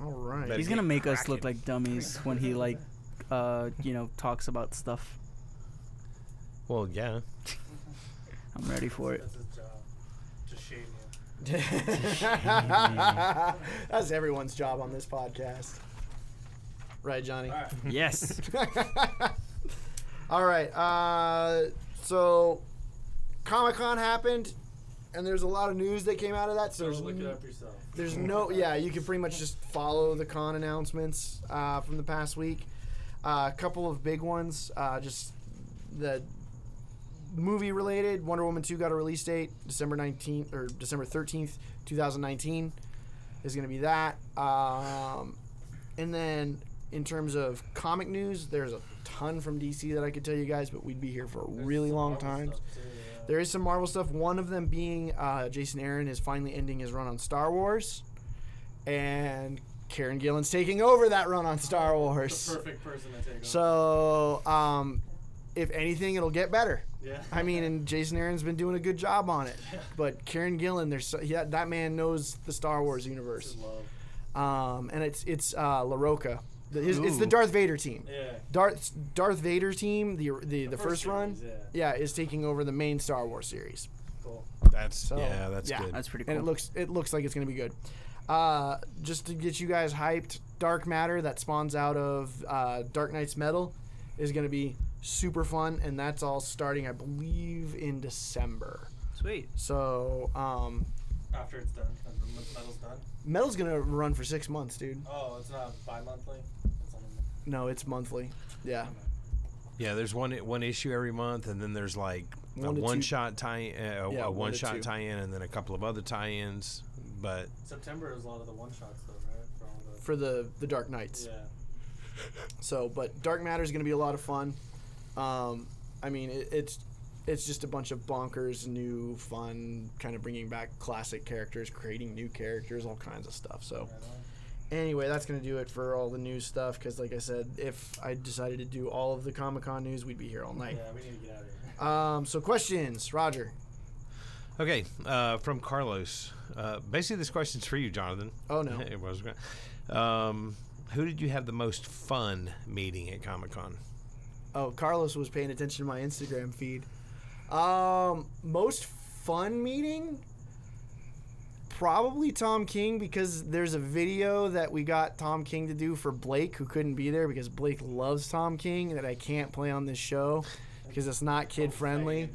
S2: All right.
S4: Better
S5: He's
S4: be
S5: gonna make us look
S4: cracking.
S5: like dummies when he like, uh, you know, talks about stuff.
S4: well, yeah.
S5: I'm ready for it.
S6: That's his job. To shame you.
S2: <laughs> That's everyone's job on this podcast. Right, Johnny?
S6: All right.
S5: Yes.
S2: <laughs> All right. Uh, so, Comic Con happened, and there's a lot of news that came out of that.
S6: So
S2: So, there's
S6: look
S2: n-
S6: it up yourself.
S2: There's no, yeah, you can pretty much just follow the con announcements uh, from the past week. Uh, A couple of big ones, uh, just the movie related. Wonder Woman 2 got a release date, December 19th or December 13th, 2019 is going to be that. Um, and then in terms of comic news, there's a ton from DC that I could tell you guys, but we'd be here for a really long time. There is some Marvel stuff. One of them being uh, Jason Aaron is finally ending his run on Star Wars, and Karen Gillan's taking over that run on Star
S6: The
S2: Wars.
S6: perfect person to take on.
S2: So, um, if anything, it'll get better.
S6: yeah.
S2: I mean, and Jason Aaron's been doing a good job on it. But Karen Gillan, there's so, yeah, that man knows the Star Wars universe.
S6: Just love.
S2: Um, and it's it's uh, LaRocca. The, his, it's the
S5: Ooh.
S2: Darth Vader team.
S6: Yeah.
S2: Darth Darth Vader team, the the, the, first,
S6: first
S2: run,
S6: series,
S2: yeah, is taking over the main Star Wars series.
S6: Cool.
S4: That's
S2: So,
S4: yeah. That's
S2: yeah.
S4: good.
S5: That's pretty cool.
S2: and it looks it looks like it's gonna be good. Uh, just to get you guys hyped, Dark Matter that spawns out of uh, Dark Knight's Metal is gonna be super fun, and that's all starting, I believe, in December.
S5: sweet.
S2: So um,
S6: After it's done, after the metal's done.
S2: Metal's gonna run for six months, dude.
S6: Oh, it's not bi-monthly. It's on
S2: No, it's monthly. Yeah,
S4: Yeah, there's one one issue every month, and then there's like
S2: One
S4: a
S2: to two-
S4: one shot tie, uh,
S2: Yeah,
S4: a
S2: one
S4: one
S2: to two.
S4: shot tie in, and then a couple of other tie ins. but
S6: September is a lot of the one shots though, right? For all the
S2: for the the Dark Knights.
S6: yeah.
S2: So, but Dark Matter is going to be a lot of fun. Um, I mean, it, it's it's just a bunch of bonkers, new, fun, kind of bringing back classic characters, creating new characters, all kinds of stuff. So,
S6: Right on.
S2: anyway, that's going to do it for all the news stuff. Because, like I said, if I decided to do all of the Comic Con news, we'd be here all night.
S6: Yeah, we need to get out of here.
S2: Um, so, questions, Roger.
S4: okay. Uh, from Carlos, uh, basically this question's for you, Jonathan.
S2: Oh, no.
S4: <laughs> it was. gra- Um, who did you have the most fun meeting at Comic Con?
S2: Oh, Carlos was paying attention to my Instagram feed. Um, most fun meeting? Probably Tom King because there's a video that we got Tom King to do for Blake who couldn't be there because Blake loves Tom King that I can't play on this show because it's not kid friendly.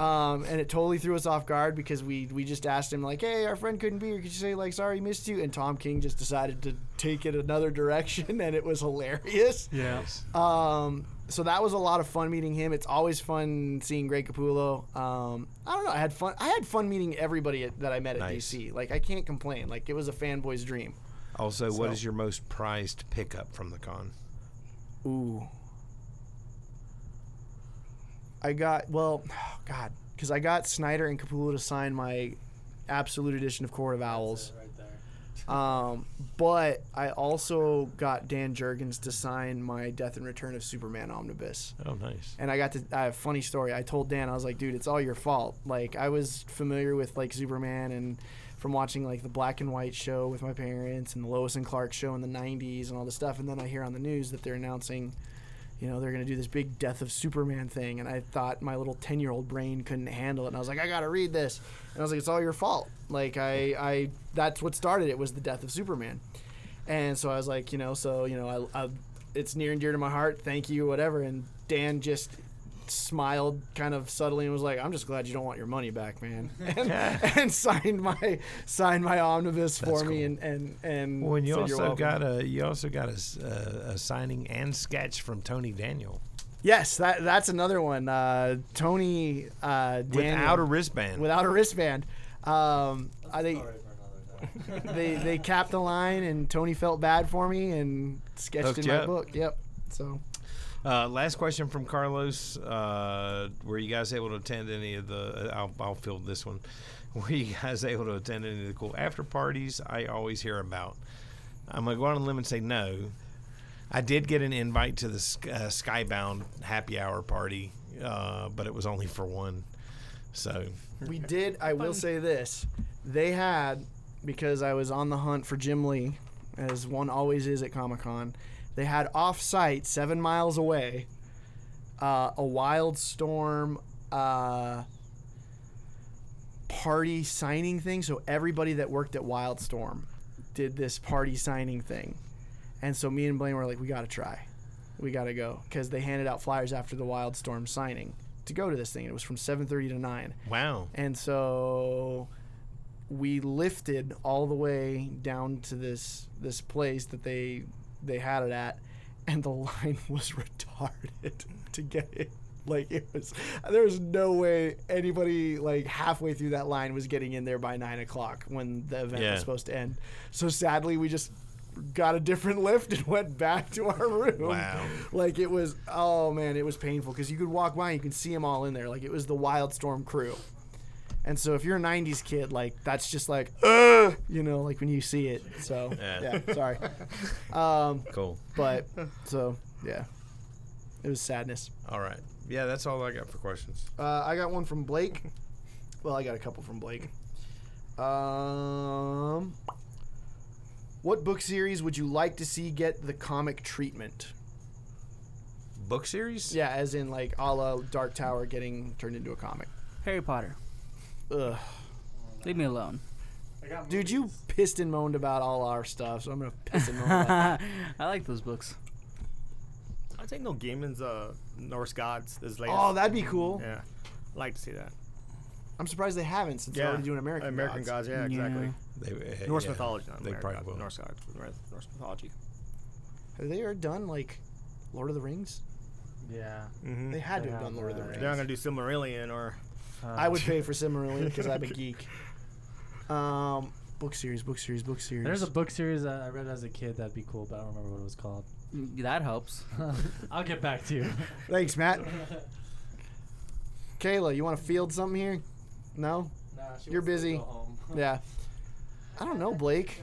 S2: Um, and it totally threw us off guard because we we just asked him like, "Hey, our friend couldn't be here. Could you say like, sorry, missed you?" And Tom King just decided to take it another direction, <laughs> and it was hilarious.
S8: Yeah.
S2: Um, so that was a lot of fun meeting him. It's always fun seeing Greg Capullo. Um, I don't know. I had fun. I had fun meeting everybody at, that I met at
S4: Nice.
S2: DC. Like I can't complain. Like it was a fanboy's dream.
S4: Also, what
S2: So-
S4: is your most prized pickup from the con?
S2: Ooh. I got well, <sighs> God, because I got Snyder and Capullo to sign my absolute edition of Court of
S6: That's
S2: Owls.
S6: it right there.
S2: <laughs> Um, but I also got Dan Jurgens to sign my Death and Return of Superman omnibus.
S4: Oh, nice.
S2: and I got to I have a funny story. I told Dan I was like, dude, it's all your fault. Like I was familiar with like Superman and from watching like the black and white show with my parents and the Lois and Clark show in the 90s and all this stuff and then I hear on the news that they're announcing you know, they're going to do this big death of Superman thing and I thought my little 10-year-old brain couldn't handle it and I was like, I got to read this. And I was like, it's all your fault. Like I I that's what started it was the death of Superman. And so I was like, you know, so you know, I, I it's near and dear to my heart. Thank you, whatever. And Dan just smiled kind of subtly and was like, "I'm just glad you don't want your money back, man." <laughs>
S4: <laughs>
S2: And, and signed my signed my omnibus for
S4: That's
S2: me
S4: cool.
S2: and and and
S4: Well, and you
S2: said, "You're
S4: also
S2: welcome."
S4: got a you also got a, s- uh, a- a signing and sketch from Tony Daniel
S2: yes, that that's another one. Uh, Tony uh, Daniel,
S4: without a wristband.
S2: without a wristband. Um, I think
S6: Sorry for another time.
S2: <laughs> they they capped the line and Tony felt bad for me and sketched
S4: Hooked
S2: in
S4: you
S2: my
S4: up.
S2: book. Yep. So
S4: Uh, last question from Carlos: uh, Were you guys able to attend any of the? uh, I'll, I'll field this one. <laughs> Were you guys able to attend any of the cool after parties I always hear about? I'm gonna go on a limb and say no. I did get an invite to the Sk- uh, Skybound happy hour party, uh, but it was only for one. So
S2: We did. I will say this: they had because I was on the hunt for Jim Lee, as one always is at Comic Con. They had off-site, seven miles away, uh, a Wild Storm uh, party signing thing. So everybody that worked at Wild Storm did this party signing thing, and so me and Blaine were like, we got to try, we got to go, because they handed out flyers after the Wild Storm signing to go to this thing. It was from 7:30 to 9.
S4: wow,
S2: And so we lifted all the way down to this this place that they they had it at and the <laughs> line was retarded <laughs> to get it. Like it was there was no way anybody like halfway through that line was getting in there by nine o'clock when the event
S4: Yeah.
S2: was supposed to end. So sadly we just got a different <laughs> lift and went back to our room
S4: Wow.
S2: like it was oh man it was painful because you could walk by and you can see them all in there like it was the wildstorm crew and so if you're a 90s kid like that's just like Ugh, you know like when you see it so yeah,
S4: Yeah.
S2: sorry um,
S4: cool.
S2: but so yeah it was sadness
S4: All right, yeah, that's all I got for questions.
S2: uh, i got one from blake well i got a couple from blake um, what book series would you like to see get the comic treatment
S4: Book series?
S2: yeah as in like a la dark tower getting turned into a comic
S5: Harry Potter.
S2: Ugh.
S5: Leave me alone.
S6: I got
S2: Dude, you pissed and moaned about all our stuff, so I'm gonna piss and moan. <laughs> About
S5: <laughs> I like those books.
S3: I think Neil Gaiman's uh, Norse Gods is latest.
S2: oh, that'd be cool.
S3: yeah, I'd like to see that.
S2: I'm surprised they haven't since they're already doing American.
S3: American
S2: Gods.
S3: Gods. Yeah, exactly.
S5: Yeah.
S4: They, uh,
S3: Norse
S4: yeah,
S3: mythology, not
S4: They
S3: American
S4: probably
S3: Gods,
S4: will.
S3: Norse Gods, Nor- Norse mythology.
S2: Have They are done like Lord of the Rings.
S8: Yeah.
S3: Mm-hmm.
S2: They had to
S8: They
S2: have done
S8: have,
S2: Lord of the
S8: uh,
S2: Rings.
S3: They're not gonna do Silmarillion or
S8: Uh,
S3: <laughs>
S2: I would pay for Silmarillion because I'm a geek. Um, book series, book series, book series.
S8: Uh, There's a book series that I read as a kid that'd be cool, but I don't remember what it was called.
S5: That helps.
S8: I'll get back to
S3: <laughs>
S8: you.
S2: Thanks, Matt. Kayla, you want to field something here? No? You're busy. Yeah. I don't know, Blake.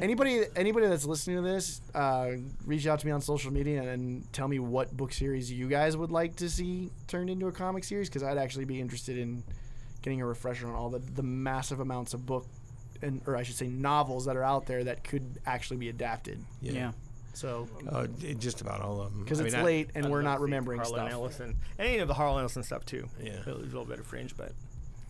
S2: Anybody, anybody that's listening to this, uh, reach out to me on social media and, and tell me what book series you guys would like to see turned into a comic series, because I'd actually be interested in getting a refresher on all the, the massive amounts of book, and or I should say novels that are out there that could actually be adapted.
S5: Yeah.
S2: So
S4: Uh, it- just about all of them.
S2: because
S4: I
S2: it's
S4: mean, I-
S2: late and
S3: I'd
S2: we're
S3: love to
S2: not
S3: see
S2: remembering
S3: Harlan
S2: stuff.
S3: Ellison. Any of the Harlan Ellison stuff too.
S4: Yeah.
S3: It was a little bit of fringe, but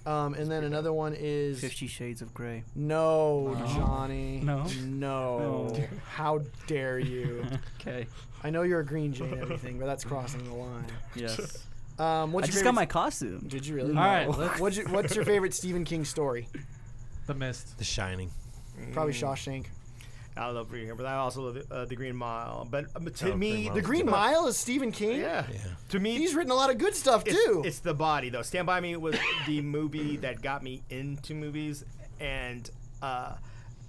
S2: Um, and then another one is
S5: Fifty Shades of Grey.
S2: no, Johnny,
S5: No.
S2: no.
S5: No.
S2: How dare you?
S5: Okay.
S2: I know you're a green jay and everything, but that's crossing the line.
S5: Yes.
S2: Um, what's your
S5: I just
S2: favorite-
S5: got my costume.
S2: Did you really?
S8: All right,
S5: No.
S8: let's-
S2: What's your, what's your favorite Stephen King story?
S8: The Mist.
S4: The Shining.
S2: Probably Shawshank.
S3: I love Green Hill. But I also love uh, the Green Mile. But um, to
S4: Oh, Green
S3: me,
S4: Mile.
S2: The Green Mile is Stephen King.
S3: Yeah.
S4: Yeah.
S3: To me,
S2: He's written a lot of good stuff
S3: it's,
S2: too.
S3: it's the body though. Stand by Me was the movie that got me into movies, and uh,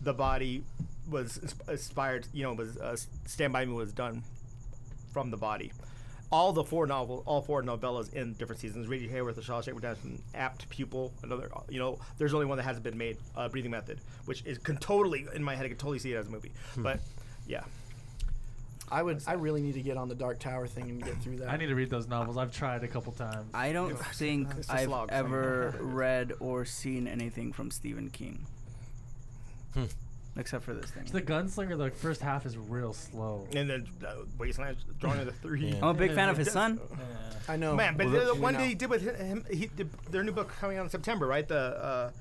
S3: the body was ins- inspired. You know, was uh, Stand by Me was done from the body. All the four novel, all four novellas in different seasons. Reggie Hayworth, The Shawshank Redemption, Apt Pupil, another. You know, there's only one that hasn't been made, uh, Breathing Method, which is can totally in my head. I can totally see it as a movie, but yeah.
S2: I would. I really need to get on the Dark Tower thing and get through that.
S8: I need to read those novels. I've tried a couple times.
S5: I don't think
S3: it's a
S5: I've
S3: slog, so-
S5: ever read or seen anything from Stephen King,
S4: Hmm.
S5: except for this thing.
S8: The Gunslinger, the first half is real slow.
S3: And then uh, Wasteland, Drawing of the Three.
S4: Yeah.
S5: I'm a
S3: <laughs>
S5: big fan of his son.
S2: I
S5: Oh,
S2: know.
S3: Man, but the,
S2: We
S3: one
S2: know.
S3: day he did with him, he did their new book coming out in September, right? The uh,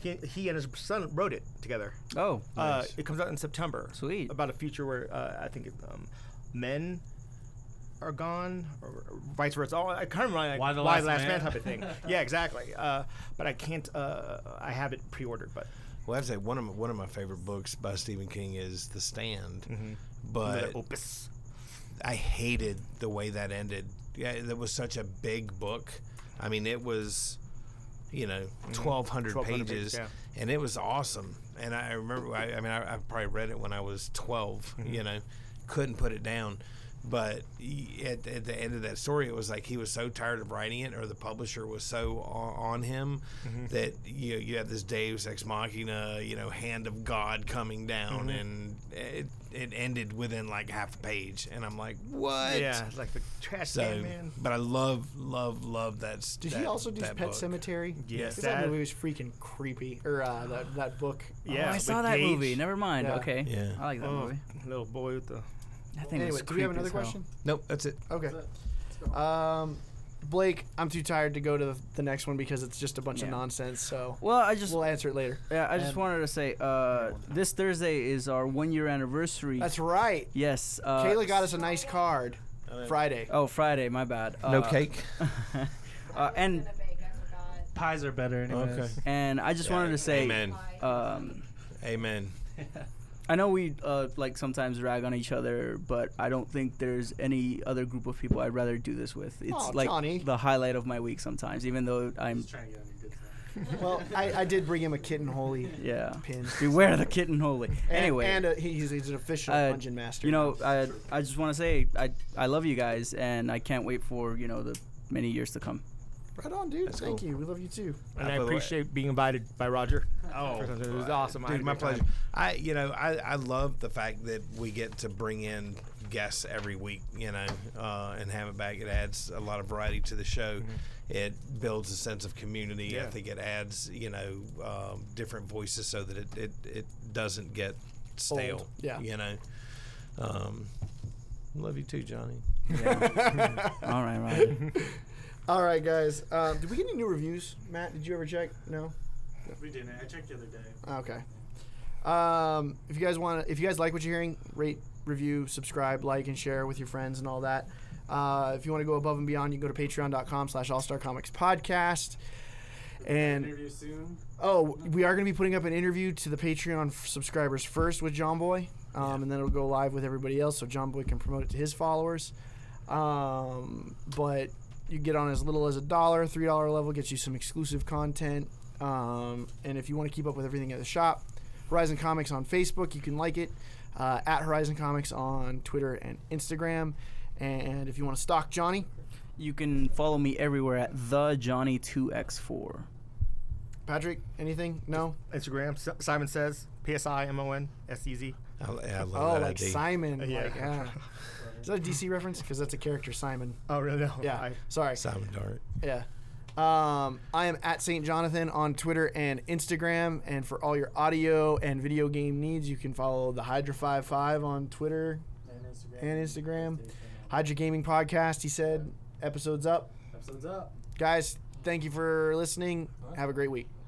S3: he, he and his son wrote it together.
S5: Oh,
S3: Uh, it comes out in September.
S5: Sweet.
S3: About a future where uh, I think it, um, men are gone or vice versa. Oh, I can't remember.
S8: Why the Last Man?
S3: type
S5: <laughs>
S3: of thing. yeah, exactly. Uh, but I can't. Uh, I have it pre-ordered, but
S4: Well, I'd say one of my, one of my favorite books by Stephen King is The Stand,
S3: another
S4: but
S3: opus.
S4: I hated the way that ended. Yeah, that was such a big book. I mean, it was, you know, twelve hundred
S3: 1,200
S4: pages,
S3: pages, yeah.
S4: and it was awesome. And I remember, I, I mean, I, I probably read it when I was 12
S3: Mm-hmm.
S4: You know, couldn't put it down. But he- at, at the end of that story, it was like he was so tired of writing it, or the publisher was so on, on him
S3: Mm-hmm.
S4: that you know, you have this Deus ex machina, you know, hand of God coming down,
S3: Mm-hmm.
S4: and it, it ended within like half a page, and I'm like, what?
S3: Yeah, it's like the trash
S4: So,
S3: can man.
S4: but I love, love, love that. s-
S2: Did he
S4: that-
S2: also do
S4: that
S2: Pet
S4: book.
S2: Cemetery?
S3: Yes,
S2: That
S3: that-
S2: movie was freaking creepy. Or uh, that that book.
S3: Yeah,
S5: oh, I
S3: with
S5: saw that
S3: Gage.
S5: movie. Never mind.
S2: Yeah. Uh-huh.
S5: Okay.
S4: Yeah.
S5: I like that
S3: Oh,
S5: movie.
S3: little boy with the.
S5: That thing
S2: Anyway,
S5: was
S2: do we have
S5: creepy
S2: another
S5: as hell.
S2: question?
S4: Nope, that's it.
S2: Okay. Um, Blake, I'm too tired to go to the, the next one because it's just a bunch of
S5: Yeah.
S2: nonsense. So
S5: Well, I just
S2: we'll um, answer it later.
S5: yeah, I just wanted to say uh, this Thursday is our one year anniversary.
S2: That's right.
S5: <laughs> yes. Uh,
S2: Kayla got us a nice card Friday.
S5: Oh, Friday. My bad. Uh,
S4: No cake.
S5: <laughs> Uh, and
S8: Pies are better, anyways.
S4: Okay.
S5: and I just wanted to say,
S4: Amen.
S5: um,
S4: Amen.
S5: I know we uh, like sometimes rag on each other, but I don't think there's any other group of people I'd rather do this with. It's
S2: Aw,
S5: like
S2: Johnny.
S5: the highlight of my week sometimes, even though I'm
S6: Trying to get on your good side.
S2: Well, I, I did bring him a kitten holy
S5: yeah.
S2: pin.
S5: <laughs> Beware the kitten holy.
S2: And-
S5: Anyway,
S2: and a, he's, he's an official
S5: uh,
S2: dungeon master.
S5: you know, I I just want to say I I love you guys, and I can't wait for you know the many years to come.
S2: right on, dude. Thank
S4: cool.
S2: you. We love you too.
S3: And I
S4: By the way-
S3: appreciate being invited by Roger.
S4: Oh,
S3: <laughs> it was awesome. I had
S4: Dude,
S3: a
S4: my
S3: great time.
S4: pleasure. I, you know, I, I love the fact that we get to bring in guests every week, you know, uh, and have it back. It adds a lot of variety to the show. It builds a sense of community. I
S3: Yeah.
S4: think it adds, you know, um, different voices so that it, it, it doesn't get stale.
S2: Yeah.
S4: You know, um, love you too, Johnny.
S5: All right, right.
S2: <laughs> All right, guys. Um, did we get any new reviews? Matt, did you ever check? No. Ah,
S6: We didn't. I checked the other day.
S2: Okay. Um, if you guys want, to if you guys like what you're hearing, rate, review, subscribe, like, and share with your friends and all that. Uh, if you want to go above and beyond, you can go to Patreon.com/slash All Star Comics Podcast. And
S6: Interview soon.
S2: oh, we are going to be putting up an interview to the Patreon f- subscribers first with John Boy, um, and then it'll go live with everybody else, so John Boy can promote it to his followers. Um, but you get on as little as a dollar, three dollar level gets you some exclusive content, Um, and if you want to keep up with everything at the shop, Horizon Comics on Facebook, you can like it. Uh, at Horizon Comics on Twitter and Instagram. And if you want to stalk Johnny,
S5: You can follow me everywhere at the Johnny Two X Four.
S2: Patrick, anything? No?
S3: Instagram, S- Simon says, P S I M O N S E Z.
S4: I, I love
S2: Oh,
S4: that
S2: like
S4: ID.
S2: Simon.
S3: Uh, yeah.
S2: Like, yeah. Is that a DC reference? Because that's a character, Simon.
S3: Oh, really? <laughs> No.
S2: Yeah.
S3: I-
S2: Sorry.
S4: Simon Dart.
S2: Yeah. Um, I am at St. Jonathan on Twitter and Instagram. And for all your audio and video game needs, you can follow the Hydra 55 on Twitter and Instagram. Hydra Gaming Podcast, he said. Episode's up.
S8: Episode's up.
S2: Guys, thank you for listening. Have a great week.